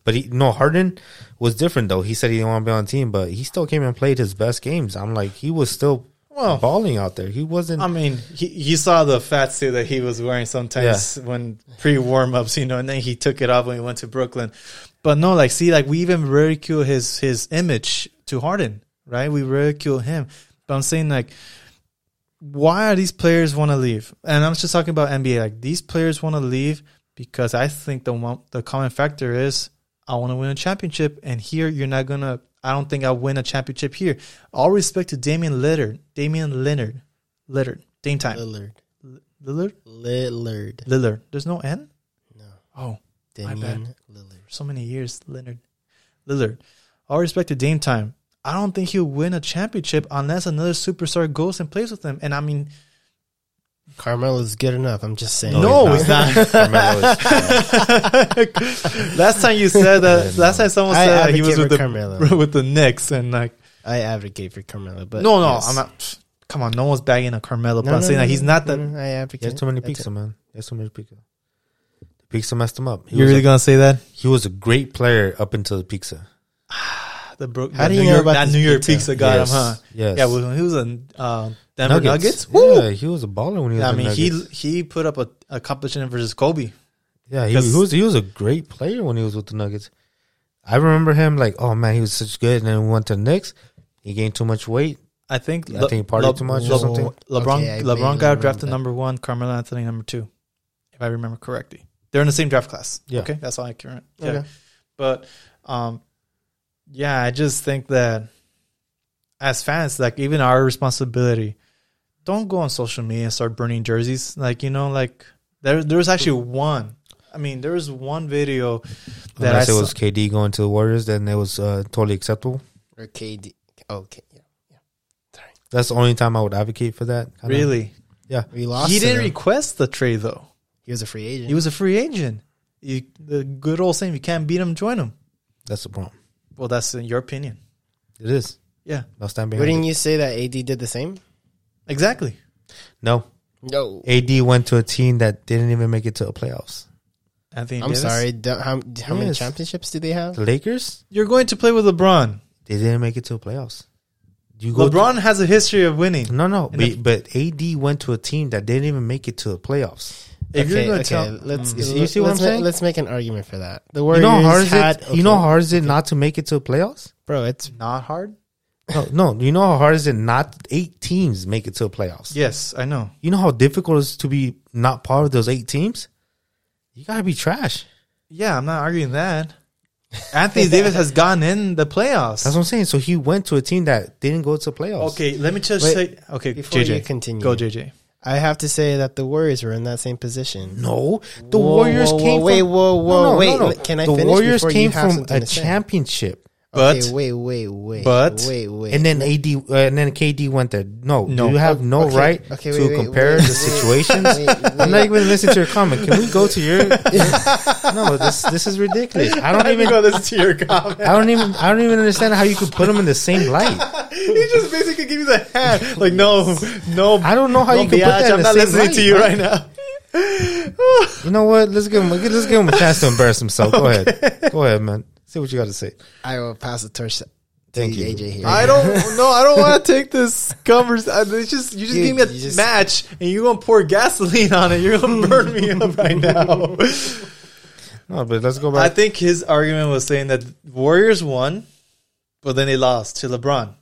S3: but he no Harden was different though. He said he didn't want to be on the team, but he still came and played his best games. I'm like, he was still
S1: Well,
S3: balling out there. He wasn't. [laughs]
S1: I mean, he, you saw the fat suit that he was wearing sometimes when pre warm ups, you know, and then he took it off when he went to Brooklyn. But no, like, see, like we even ridicule his his image to Harden, right? We ridicule him. But I'm saying like, why are these players want to leave? And I'm just talking about NBA. Like these players want to leave because I think the one, the common factor is I want to win a championship, and here you're not gonna. I don't think I win a championship here. All respect to Damian Leonard, Damian Leonard, Leonard, Dame time,
S4: Lillard.
S1: Lillard,
S4: Lillard.
S1: Lillard. There's no N.
S4: No.
S1: Oh,
S4: Damian Lillard.
S1: for so many years, Leonard Lillard. All respect to Dame time. I don't think he'll win a championship unless another superstar goes and plays with him. And I mean,
S4: Carmelo is good enough. I'm just saying.
S1: No,
S3: he's not. Carmelo is-
S1: [laughs] last time you said that, last time someone
S4: I
S1: said that he was
S4: advocate
S1: with
S4: for
S1: the [laughs]
S4: Carmelo.
S1: with the Knicks, and like,
S4: I advocate for Carmelo, but
S1: no, no,
S4: yes.
S1: I'm not. pfft, Come on, no one's bagging a Carmelo. but
S4: No,
S1: I'm
S4: no,
S1: saying
S4: no,
S1: that he's
S4: no,
S1: not
S4: no,
S1: that.
S4: no, I
S3: He has
S4: advocate.
S3: too many
S4: That's
S3: pizza, man. He has too many pizza. The pizza messed him up. He,
S1: You're
S3: was
S1: really
S3: a,
S1: gonna say that?
S3: he was a great player up until the pizza.
S1: The Brook,
S4: How do
S1: the
S4: you
S1: New
S4: know
S1: York,
S4: about
S1: that
S4: this
S1: New York
S4: pizza?
S1: pizza got
S3: yes.
S1: him, huh?
S3: Yes.
S1: Yeah, well, he was in uh, Denver Nuggets. Woo!
S3: Yeah, he was a baller when he was.
S1: I
S3: in
S1: mean,
S3: Nuggets.
S1: he he put up a, a competition versus Kobe.
S3: Yeah, he,
S1: Because-
S3: he was he was a great player when he was with the Nuggets. I remember him like, oh man, he was such good, and then we went to the Knicks. He gained too much weight.
S1: I think
S3: I think he partied too much or something.
S1: LeBron
S2: Okay, I
S1: LeBron
S2: vaguely
S1: got
S2: remember
S1: drafted
S2: that.
S1: number one, Carmelo Anthony number two, if I remember correctly. They're in the same draft class.
S3: Yeah.
S1: Okay, that's all I can. remember. Yeah,
S2: Okay.
S1: but um, yeah, I just think that as fans, like even our responsibility, don't go on social media and start burning jerseys. Like you know, like there there was actually one. I mean, there was one video that I
S3: Unless it
S1: saw-
S3: was KD going to the Warriors, then it was uh, totally acceptable.
S2: or KD. Okay, yeah.
S3: That's the only time I would advocate for that. kinda.
S1: really.
S2: we lost.
S1: He
S2: to
S1: didn't
S2: them.
S1: request the trade though.
S2: he was a free agent.
S1: He was a free agent. You, the good old saying, if you can't beat him, join him.
S3: That's the problem.
S1: Well, that's in your opinion.
S3: It is.
S1: Yeah,
S3: I'll stand behind
S2: Wouldn't
S3: it.
S2: you say that AD did the same?
S1: exactly.
S3: No.
S2: No.
S3: AD went to a team that didn't even make it to the playoffs.
S1: Anthony,
S2: I'm
S1: Davis,
S2: sorry. don't- How, how many
S3: Yes.
S2: championships do they have?
S3: The Lakers,
S1: You're going to play with LeBron.
S3: they didn't make it to the playoffs. You go
S1: LeBron has a history of winning.
S3: to- no, no,
S1: In the-
S3: but, but AD went to a team that didn't even make it to the playoffs.
S1: If you're
S2: okay,
S1: going
S2: okay.
S1: to tell, Mm.
S2: let's.
S3: You see- you see what
S2: let's
S3: I'm
S2: ma-
S3: saying?
S2: Let's make an argument for that. The
S3: You
S2: Warriors
S3: know how hard is
S2: had.
S3: it? You know
S2: okay,
S3: how hard is it not to make it to the playoffs?
S2: bro. It's
S1: not hard.
S3: No, no. You know how hard is it not eight teams make it to the playoffs?
S1: Yes, I know.
S3: You know how difficult it is to be not part of those eight teams? You gotta be trash.
S1: Yeah, I'm not arguing that. Anthony Davis has gotten in the playoffs.
S3: That's what I'm saying. So he went to a team that didn't go to playoffs.
S1: okay, let me just
S2: Wait,
S1: say. Okay,
S2: before
S1: JJ,
S2: you continue.
S1: Go, JJ.
S2: I have to say that the Warriors were in that same position.
S3: No, the
S2: Whoa,
S3: Warriors
S2: whoa, whoa,
S3: came.
S2: wait,
S3: from,
S2: whoa, whoa,
S3: No, no,
S2: wait,
S3: no, no.
S2: wait, can I
S3: The
S2: finish
S3: Warriors
S2: before you
S3: came
S2: have
S3: from
S2: something
S3: a
S2: to say?
S3: championship,
S1: But
S2: okay, wait, wait, wait,
S1: but-
S2: wait, wait,
S3: and then AD, uh, and then KD went there. No,
S1: No.
S3: you have no
S2: Okay,
S3: right
S2: okay,
S3: to
S2: wait, wait,
S3: compare
S2: wait,
S3: the
S2: wait,
S3: situations.
S2: wait, wait.
S3: I'm not even listening to your comment. Can we go
S2: [laughs]
S3: to your? no, this this is ridiculous. I don't even. I
S1: this to your comment.
S3: don't even. I don't even understand how you could put them in the same light.
S1: he just basically gave you the hand. Like, no, no.
S3: I don't know how you could put
S1: biatch,
S3: that in
S1: I'm not
S3: the same
S1: listening
S3: light,
S1: to you
S3: man.
S1: right now.
S3: You know what? Let's give him. Let's give him a chance to embarrass himself. Go ahead. Go ahead, man. Say what you got to say.
S2: I will pass the torch to
S3: Thank you.
S2: AJ here.
S1: I don't no, I don't want to take this conversation. It's just you just
S2: Dude,
S1: gave me a
S2: you just-
S1: match and you gonna pour gasoline on it. You're gonna burn me up right now.
S3: No, but let's go
S1: I
S3: back.
S1: think his argument was saying that Warriors won, but then they lost to LeBron,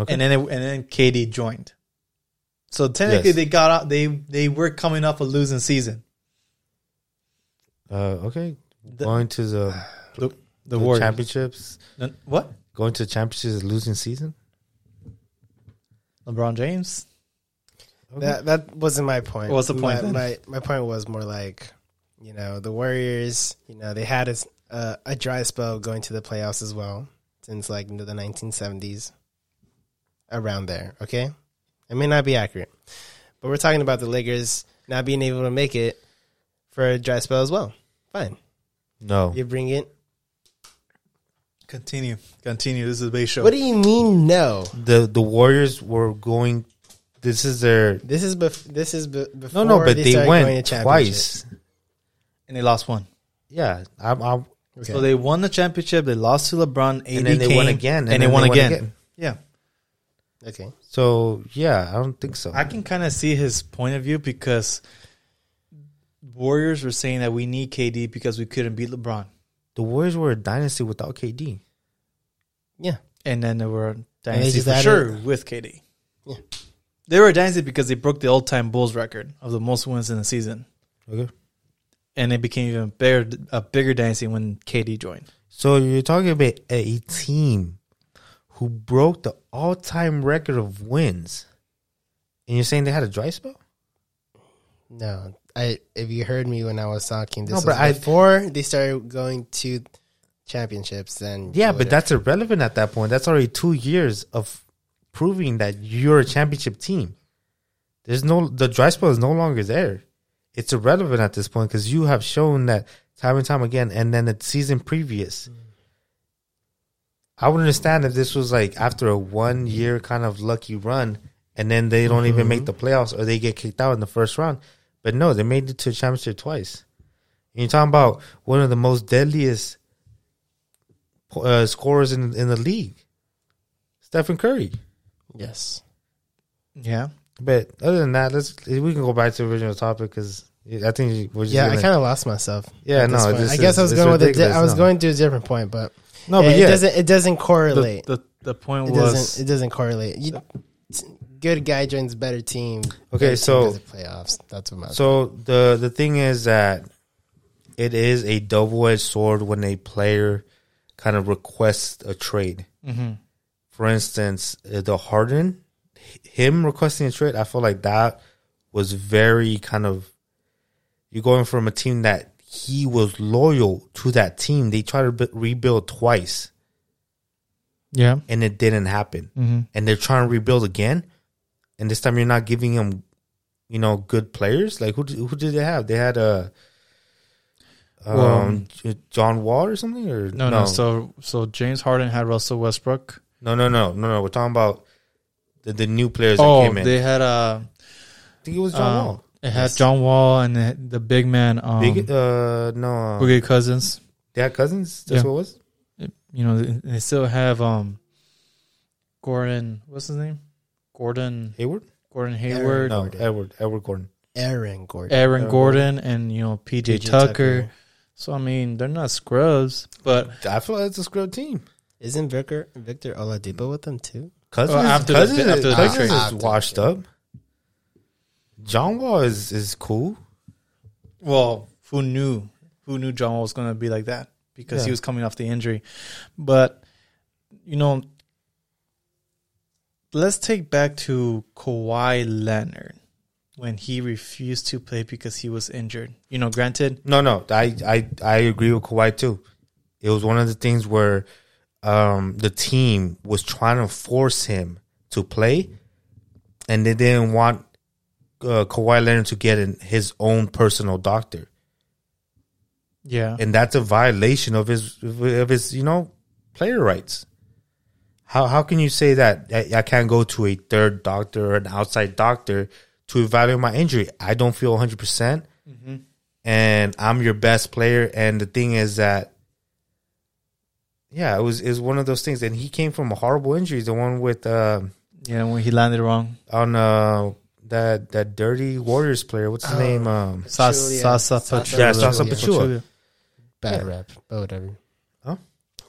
S3: Okay.
S1: and then it, and then KD joined. So technically,
S3: Yes.
S1: they got out. They they were coming off a losing season.
S3: Uh, okay.
S1: The-
S3: going to the,
S1: The,
S3: the,
S1: the Warriors.
S3: championships,
S1: No, What?
S3: going to the championships, is losing season.
S1: LeBron James.
S2: That that wasn't my point.
S1: What's the point
S2: My,
S1: then?
S2: my my point was more like, you know, the Warriors. You know, they had a s- a, a dry spell going to the playoffs as well since like the 1970s, around there. Okay, it may not be accurate, but we're talking about the Lakers not being able to make it for a dry spell as well. Fine,
S3: No,
S2: you bring it.
S1: Continue. Continue. This is the base show.
S2: What do you mean no?
S3: the the Warriors were going. This is their
S2: This is bef- this is be-
S3: no,
S2: before
S3: no, but they,
S2: started going
S3: went
S2: to championships.
S3: twice.
S1: and they lost one.
S3: Yeah, I'm, I'm,
S2: Okay.
S1: So they won the championship. They lost to LeBron. AD
S3: and then they
S1: came,
S3: won again,
S1: and, they,
S3: then
S1: won again. Yeah,
S2: okay.
S3: So yeah, I don't think so.
S1: I can kind of see his point of view because Warriors were saying that we need KD because we couldn't beat LeBron,
S3: the Warriors were a dynasty without KD.
S2: Yeah.
S1: and then they were a dynasty
S2: just
S1: for
S2: added-
S1: sure with KD.
S2: Yeah.
S1: They were a dynasty because they broke the all-time Bulls record of the most wins in a season,
S3: Okay,
S1: and it became even bigger, a bigger dynasty when KD joined.
S3: so you're talking about a team who broke the all time record of wins, and you're saying they had a dry spell.
S2: No, I. If you heard me when I was talking, this
S3: No,
S2: was
S3: but I-
S2: before they started going to championships. Then
S3: Yeah,
S2: you
S3: but
S2: would've-
S3: that's irrelevant at that point. That's already two years of proving that you're a championship team. There's no the dry spell is no longer there. It's irrelevant at this point because you have shown that time and time again, and then the season previous. I would understand if this was like after a one year kind of lucky run, and then they don't even make the playoffs or they get kicked out in the first round. But no, they made it to a championship twice. And you're talking about one of the most deadliest po- uh, scorers in in the league, Stephen Curry.
S2: yes.
S1: Yeah,
S3: But other than that, let's we can go back to the original topic because I think we're just
S2: Yeah, I
S3: gonna-
S2: kind of lost mymyself.
S3: Yeah,
S2: at this
S3: no,
S2: point.
S3: this
S2: I guess
S3: is-
S2: I was
S3: it's
S2: going with a di-
S3: ridiculous,
S2: I was
S3: no.
S2: going to a different point, but
S3: no, but
S2: it
S3: yeah,
S2: doesn't it doesn't correlate.
S1: the The point
S4: It
S1: was
S4: doesn't. It doesn't correlate. You, good guy joins better team.
S3: Okay,
S4: Better team
S3: so-
S4: goes to playoffs. That's what my
S3: So the the thing is that it is a double edged sword when a player kind of requests a trade. For instance, uh, the Harden, h- him requesting a trade, I feel like that was very kind of you're going from a team that he was loyal to that team. They tried to bu rebuild twice
S1: yeah.
S3: and it didn't happen.
S1: Mm-hmm.
S3: And they're trying to rebuild again, and this time you're not giving them, you know, good players. Like who d- who did they have? They had a um,
S1: Well-
S3: J- John Wall or something or
S1: No, no, So so James Harden had Russell Westbrook.
S3: no no no no no. We're talking about the, the new players that
S1: Oh,
S3: came in.
S1: they had uh,
S3: I think it was John
S1: um,
S3: Wall.
S1: it had John Wall and the, the big man um
S3: Big, uh, no,
S1: Boogie Cousins.
S3: they had cousins. That's
S1: Yeah.
S3: what it was.
S1: You know, they, they still have um Gordon, what's his name? Gordon
S3: Hayward.
S1: Gordon Hayward,
S3: No, Edward Edward Gordon.
S4: Aaron Gordon.
S1: Aaron
S3: Aaron
S1: Gordon, and you know PJ, Tucker. So I mean, they're not scrubs, but
S3: I feel like it's a scrub team.
S4: Isn't Victor Victor Oladipo with them too?
S3: Cousins,
S1: Well, after the-
S3: cousins,
S1: after the
S3: cousins
S1: trade.
S3: is washed up. John Wall is is cool.
S1: well, who knew? Who knew John Wall was going to be like that because he was coming off the injury. But you know, let's take back to Kawhi Leonard when he refused to play because he was injured. You know, granted,
S3: No, no, I, I, I agree with Kawhi too. It was one of the things where um, the team was trying to force him to play, and they didn't want uh, Kawhi Leonard to get in his own personal doctor,
S1: yeah,
S3: and that's a violation of his of his you know player rights. How how can you say that I, I can't go to a third doctor or an outside doctor to evaluate my injury? I don't feel one hundred percent
S1: Mm-hmm.
S3: and I'm your best player. And the thing is that, yeah, it was is one of those things. And he came from a horrible injury, the one with uh,
S1: yeah, when he landed wrong,
S3: on uh, that that dirty Warriors player. What's his
S1: Oh.
S3: name? Um,
S1: Sas-
S4: Pachulia.
S1: Sasa
S4: Sasa
S1: Pachulia.
S3: yeah, Sasa
S4: Pachulia.
S3: Pachua.
S4: Bad rap, but whatever.
S3: Huh?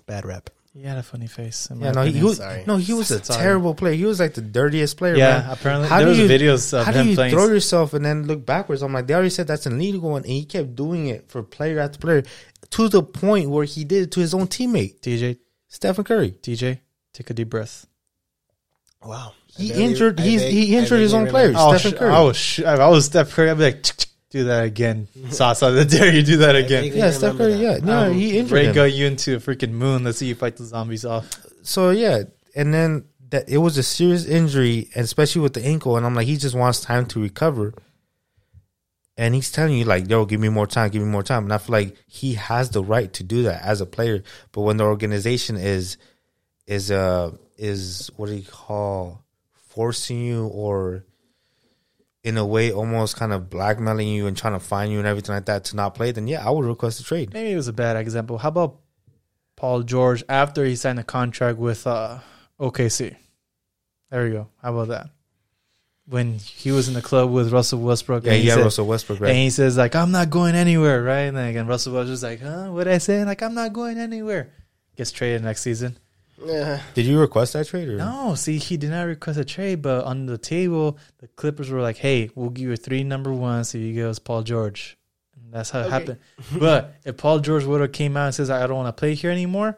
S4: Bad rap.
S1: He had a funny face. in my
S3: Yeah, no, he, he was
S4: Sorry.
S3: no, he was a
S1: Sorry.
S3: terrible player. He was like the dirtiest player.
S1: Yeah,
S3: man.
S1: apparently there was videos of
S3: how
S1: him
S3: do you
S1: playing-
S3: throw yourself and then look backwards? I'm like, they already said that's illegal, and he kept doing it for player after player to the point where he did it to his own teammate,
S1: DJ,
S3: Stephen Curry.
S1: DJ, take a deep breath.
S4: Wow.
S3: He
S4: I barely-
S3: injured.
S4: I
S3: He's,
S4: barely-
S3: he
S4: I
S3: injured his
S4: barely
S3: own
S4: remember.
S3: players.
S1: Oh,
S3: Stephen
S1: sh-
S3: Curry.
S1: oh sh- if I was Steph Curry, I'd be like, "Tsk, tsk, do that [laughs] again. Sasa, the dare you do that again.
S3: yeah, Steph
S4: remember
S3: Curry. Yeah, no,
S1: Um,
S3: he injured him.
S1: Ray got you into a freaking moon. Let's see you fight the zombies off.
S3: So yeah, and then that it was a serious injury, and especially with the ankle. And I'm like, he just wants time to recover. And he's telling you like, yo, give me more time, give me more time. And I feel like he has the right to do that as a player. But when the organization is is uh is what do you call forcing you or in a way almost kind of blackmailing you and trying to find you and everything like that to not play, then yeah, I would request a trade.
S1: Maybe it was a bad example. How about Paul George after he signed a contract with uh, OKC? There you go. How about that? When he was in the club with Russell Westbrook,
S3: Yeah,
S1: and he
S3: yeah,
S1: said-
S3: Russell Westbrook, right?
S1: And he says like, "I'm not going anywhere," right? And, like, and Russell was just like, "Huh? What I say?" Like, "I'm not going anywhere." Gets traded next season.
S4: Yeah.
S3: Did you request that trade? Or?
S1: No, see, he did not request a trade, but on the table, the Clippers were like, "Hey, we'll give you three number ones if you give us Paul George." And that's how it happened. but if Paul George would have came out and says, "I don't want to play here anymore,"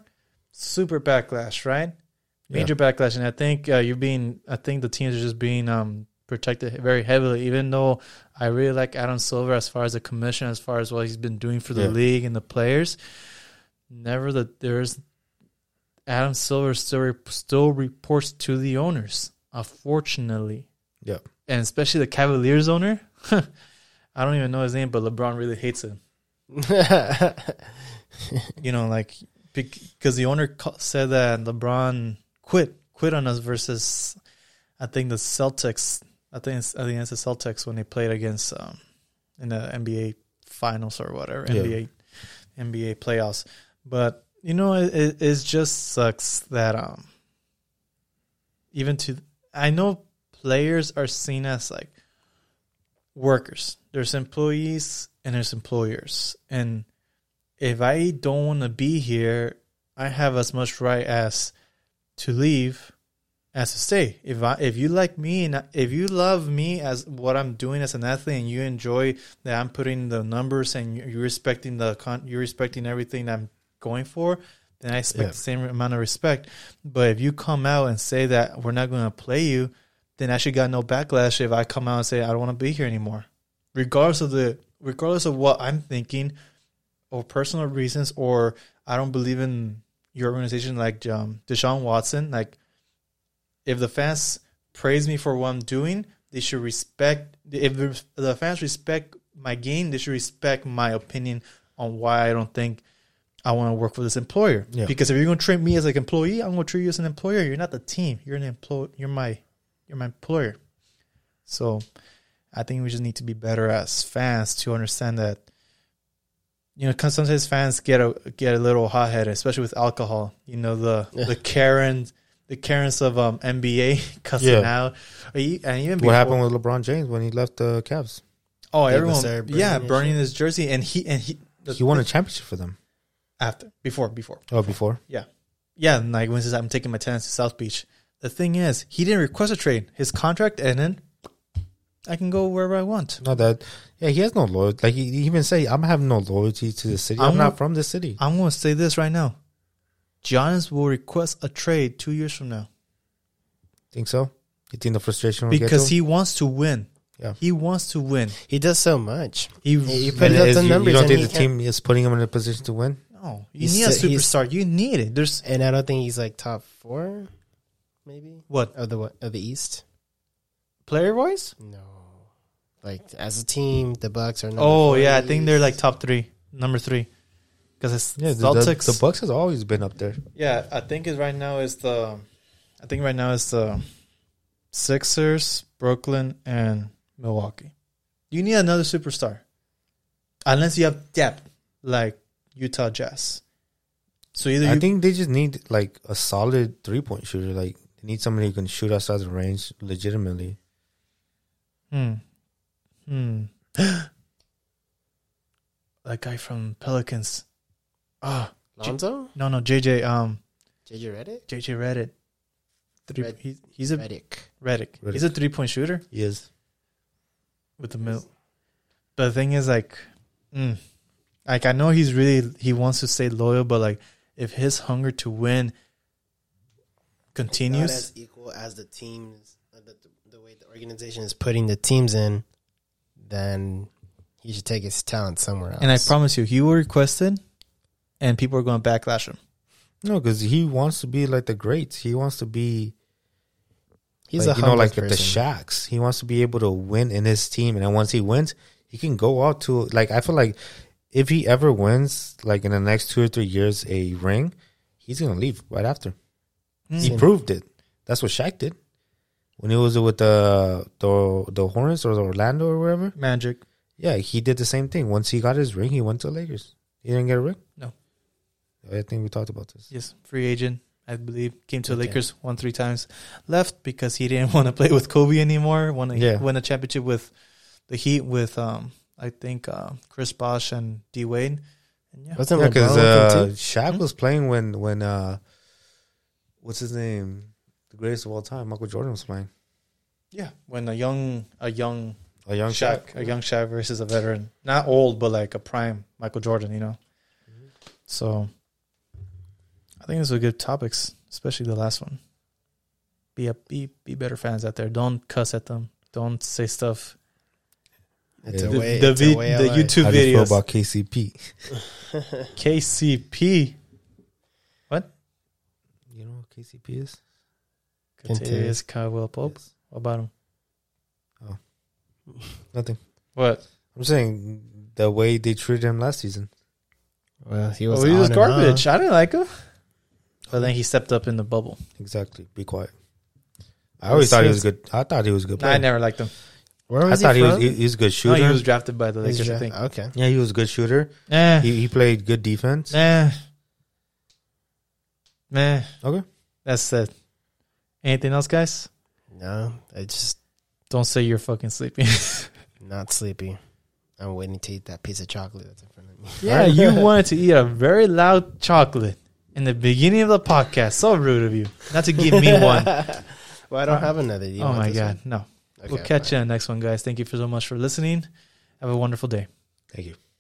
S1: super backlash, right? Major backlash, and I think uh, you're being, I think the teams are just being um, protected very heavily. Even though I really like Adam Silver as far as the commission, as far as what he's been doing for the
S3: Yeah.
S1: league and the players, never that there's Adam Silver still still reports to the owners, unfortunately,
S3: Yeah.
S1: and especially the Cavaliers owner. [laughs] I don't even know his name, but LeBron really hates him. You know, like because the owner ca- said that LeBron quit quit on us versus, I think the Celtics. I think it's, I think it's the Celtics when they played against um, in the NBA finals or whatever
S3: Yeah.
S1: NBA NBA playoffs. But you know, it, it, it just sucks that um, even to I know players are seen as like workers. There's employees and there's employers. And if I don't want to be here, I have as much right as to leave as to stay. If I, if you like me and I- if you love me as what I'm doing as an athlete, and you enjoy that I'm putting the numbers and you- you're respecting the con, you're respecting everything I'm going for, then I expect the same amount of respect. But if you come out and say that we're not going to play you, then I should got no backlash if I come out and say I don't want to be here anymore, regardless of the regardless of what I'm thinking, or personal reasons, or I don't believe in your organization like um, Deshaun Watson. Like, if the fans praise me for what I'm doing, they should respect. If the- the fans respect my game, they should respect my opinion on why I don't think I want to work for this employer.
S3: Yeah.
S1: Because if you're going to treat me as like employee, I'm going to treat you as an employer. You're not the team. You're an employee. You're my you're my employer. So, I think we just need to be better as fans to understand that you know, 'cause sometimes fans get a get a little hot headed, especially with alcohol. You know
S3: [laughs]
S1: the the Karens, the Karens of um NBA [laughs] cussing
S3: Yeah.
S1: out, Or you- and even
S3: What
S1: before-
S3: happened with LeBron James when he left the Cavs?
S1: Oh,
S2: They
S1: everyone,
S2: started burning
S1: yeah,
S2: and
S1: burning his jersey, and he and he
S3: He won a championship for them.
S1: after before before
S3: Oh, before.
S1: yeah, and like when he says I'm taking my tenants to South Beach. The thing is, he didn't request a trade. His contract ended. I can go wherever I want.
S3: No, that yeah, he has no loyalty. Like he he even say, I'm having no loyalty to the city. I'm,
S1: I'm-
S3: not from the city.
S1: I'm going to say this right now. Giannis will request a trade two years from now
S3: Think so? You think the frustration will
S1: because
S3: get
S1: he wants to win.
S3: Yeah.
S1: He wants to win.
S4: [laughs] He does so much.
S1: He
S4: He
S3: to him?
S4: put up
S3: Is-
S4: the
S3: you-
S4: numbers,
S3: You
S4: and,
S3: don't think
S4: he
S3: the
S4: can't-
S3: team is putting him in a position to win?
S1: no. You
S4: He's
S1: need a
S4: so- he's-
S1: superstar. You need it. There's
S4: and I don't think he's like top four, maybe
S1: what
S4: of the what- of the East.
S1: player wise?
S4: No, like as a team, the Bucks are. Number four
S1: Oh
S4: in
S1: yeah, I
S4: the
S1: think they're
S4: East.
S1: like top three, number three. Because it's
S3: Yeah, the, the,
S1: Celtics.
S3: the Bucks has always been up there.
S1: yeah, I think is right now is the, I think right now is the, Sixers, Brooklyn, and Milwaukee. You need another superstar, unless you have depth like Utah Jazz. So either
S3: I
S1: you
S3: think they just need like a solid three point shooter. Like they need somebody who can shoot outside the range legitimately.
S1: Hmm. Hmm. [gasps] that guy from Pelicans. Ah,
S4: Lonzo,
S1: no, no, JJ. Um,
S4: JJ Reddick,
S1: JJ Reddit. Three.
S4: Red-
S1: he's he's a Reddick.
S4: Reddick.
S1: He's a three point shooter
S3: Yes.
S1: with the mill. But the thing is, like, mm, like I know he's really he wants to stay loyal, but like if his hunger to win
S4: Not
S1: continues,
S4: as equal as the teams, uh, the, the way the organization is putting the teams in, then he should take his talent somewhere else.
S1: and I promise you, he will request it, and people are going to backlash him.
S3: No, because he wants to be like the greats. He wants to be
S4: he's
S3: like,
S4: a
S3: you know
S4: humble
S3: like the
S4: person.
S3: Shacks. He wants to be able to win in his team, and then once he wins, he can go out to like I feel like if he ever wins like in the next two or three years a ring, he's gonna leave right after.
S4: Hmm.
S3: He proved it. That's what Shaq did when he was with the the the Hornets or the Orlando or wherever.
S1: Magic.
S3: Yeah, he did the same thing. Once he got his ring, he went to Lakers. He didn't get a ring.
S1: No.
S3: I think we talked about this.
S1: Yes, free agent, I believe. Came to the Lakers, won three times, left because he didn't [laughs] want to play with Kobe anymore. Won a,
S3: Yeah.
S1: won a championship with the Heat with um I think uh, Chris Bosh and D Wade. And yeah,
S4: Wasn't
S3: Yeah,
S4: LeBron
S3: because
S4: with
S3: uh,
S4: them too?
S3: Shaq was playing when when uh, what's his name, the greatest of all time, Michael Jordan was playing.
S1: yeah, when a young a young,
S3: A young Shaq.
S1: Shaq, a young Shaq versus a veteran, not old but like a prime Michael Jordan, you know. So, I think those are good topics, especially the last one. Be a be be better fans out there. Don't cuss at them. Don't say stuff
S4: It's a
S3: Yeah.
S1: the,
S4: way,
S1: the,
S4: it's a
S1: vid-
S4: way
S1: the
S4: of life. [laughs]
S1: YouTube
S3: How do you feel
S1: videos.
S3: about KCP?
S1: KCP.
S3: You know what KCP is?
S1: Contagious Caldwell Pope.
S3: Yes.
S1: What about him?
S3: Nothing.
S1: What?
S3: I'm saying the way they treated him last season.
S4: Well, he
S1: Oh,
S4: was,
S1: he was
S4: on and off.
S1: garbage. I didn't like him. But then he stepped up in the bubble.
S3: Exactly. Be quiet. I always thought he was good. I thought he was a good.
S1: Nah,
S3: Player.
S1: I never liked him.
S4: Where
S3: I
S4: was
S3: thought
S4: he
S3: he was
S4: from?
S3: he, he was a good
S1: No,
S3: shooter.
S1: he was drafted by the
S4: He's
S1: Lakers, I
S4: dra-
S1: think.
S4: Okay,
S3: yeah, he was a good shooter.
S1: Eh,
S3: He he played good defense.
S1: eh, meh.
S3: Okay.
S1: That's it. Anything else, guys?
S4: no, I just
S1: Don't say you're fucking sleepy.
S4: not sleepy. I'm
S1: [laughs]
S4: waiting to eat that piece of chocolate that's in front of me.
S1: yeah, you wanted to eat a very loud chocolate. in the beginning of the podcast. So rude of you not to give
S2: [laughs]
S1: me
S4: [laughs]
S1: one.
S2: Well, I don't have another. Do you
S1: oh my
S2: want this
S1: god, no.
S2: one?
S1: we'll
S2: Okay,
S1: catch you on the next one, guys. Thank you for so much for listening. Have a wonderful day.
S3: Thank you.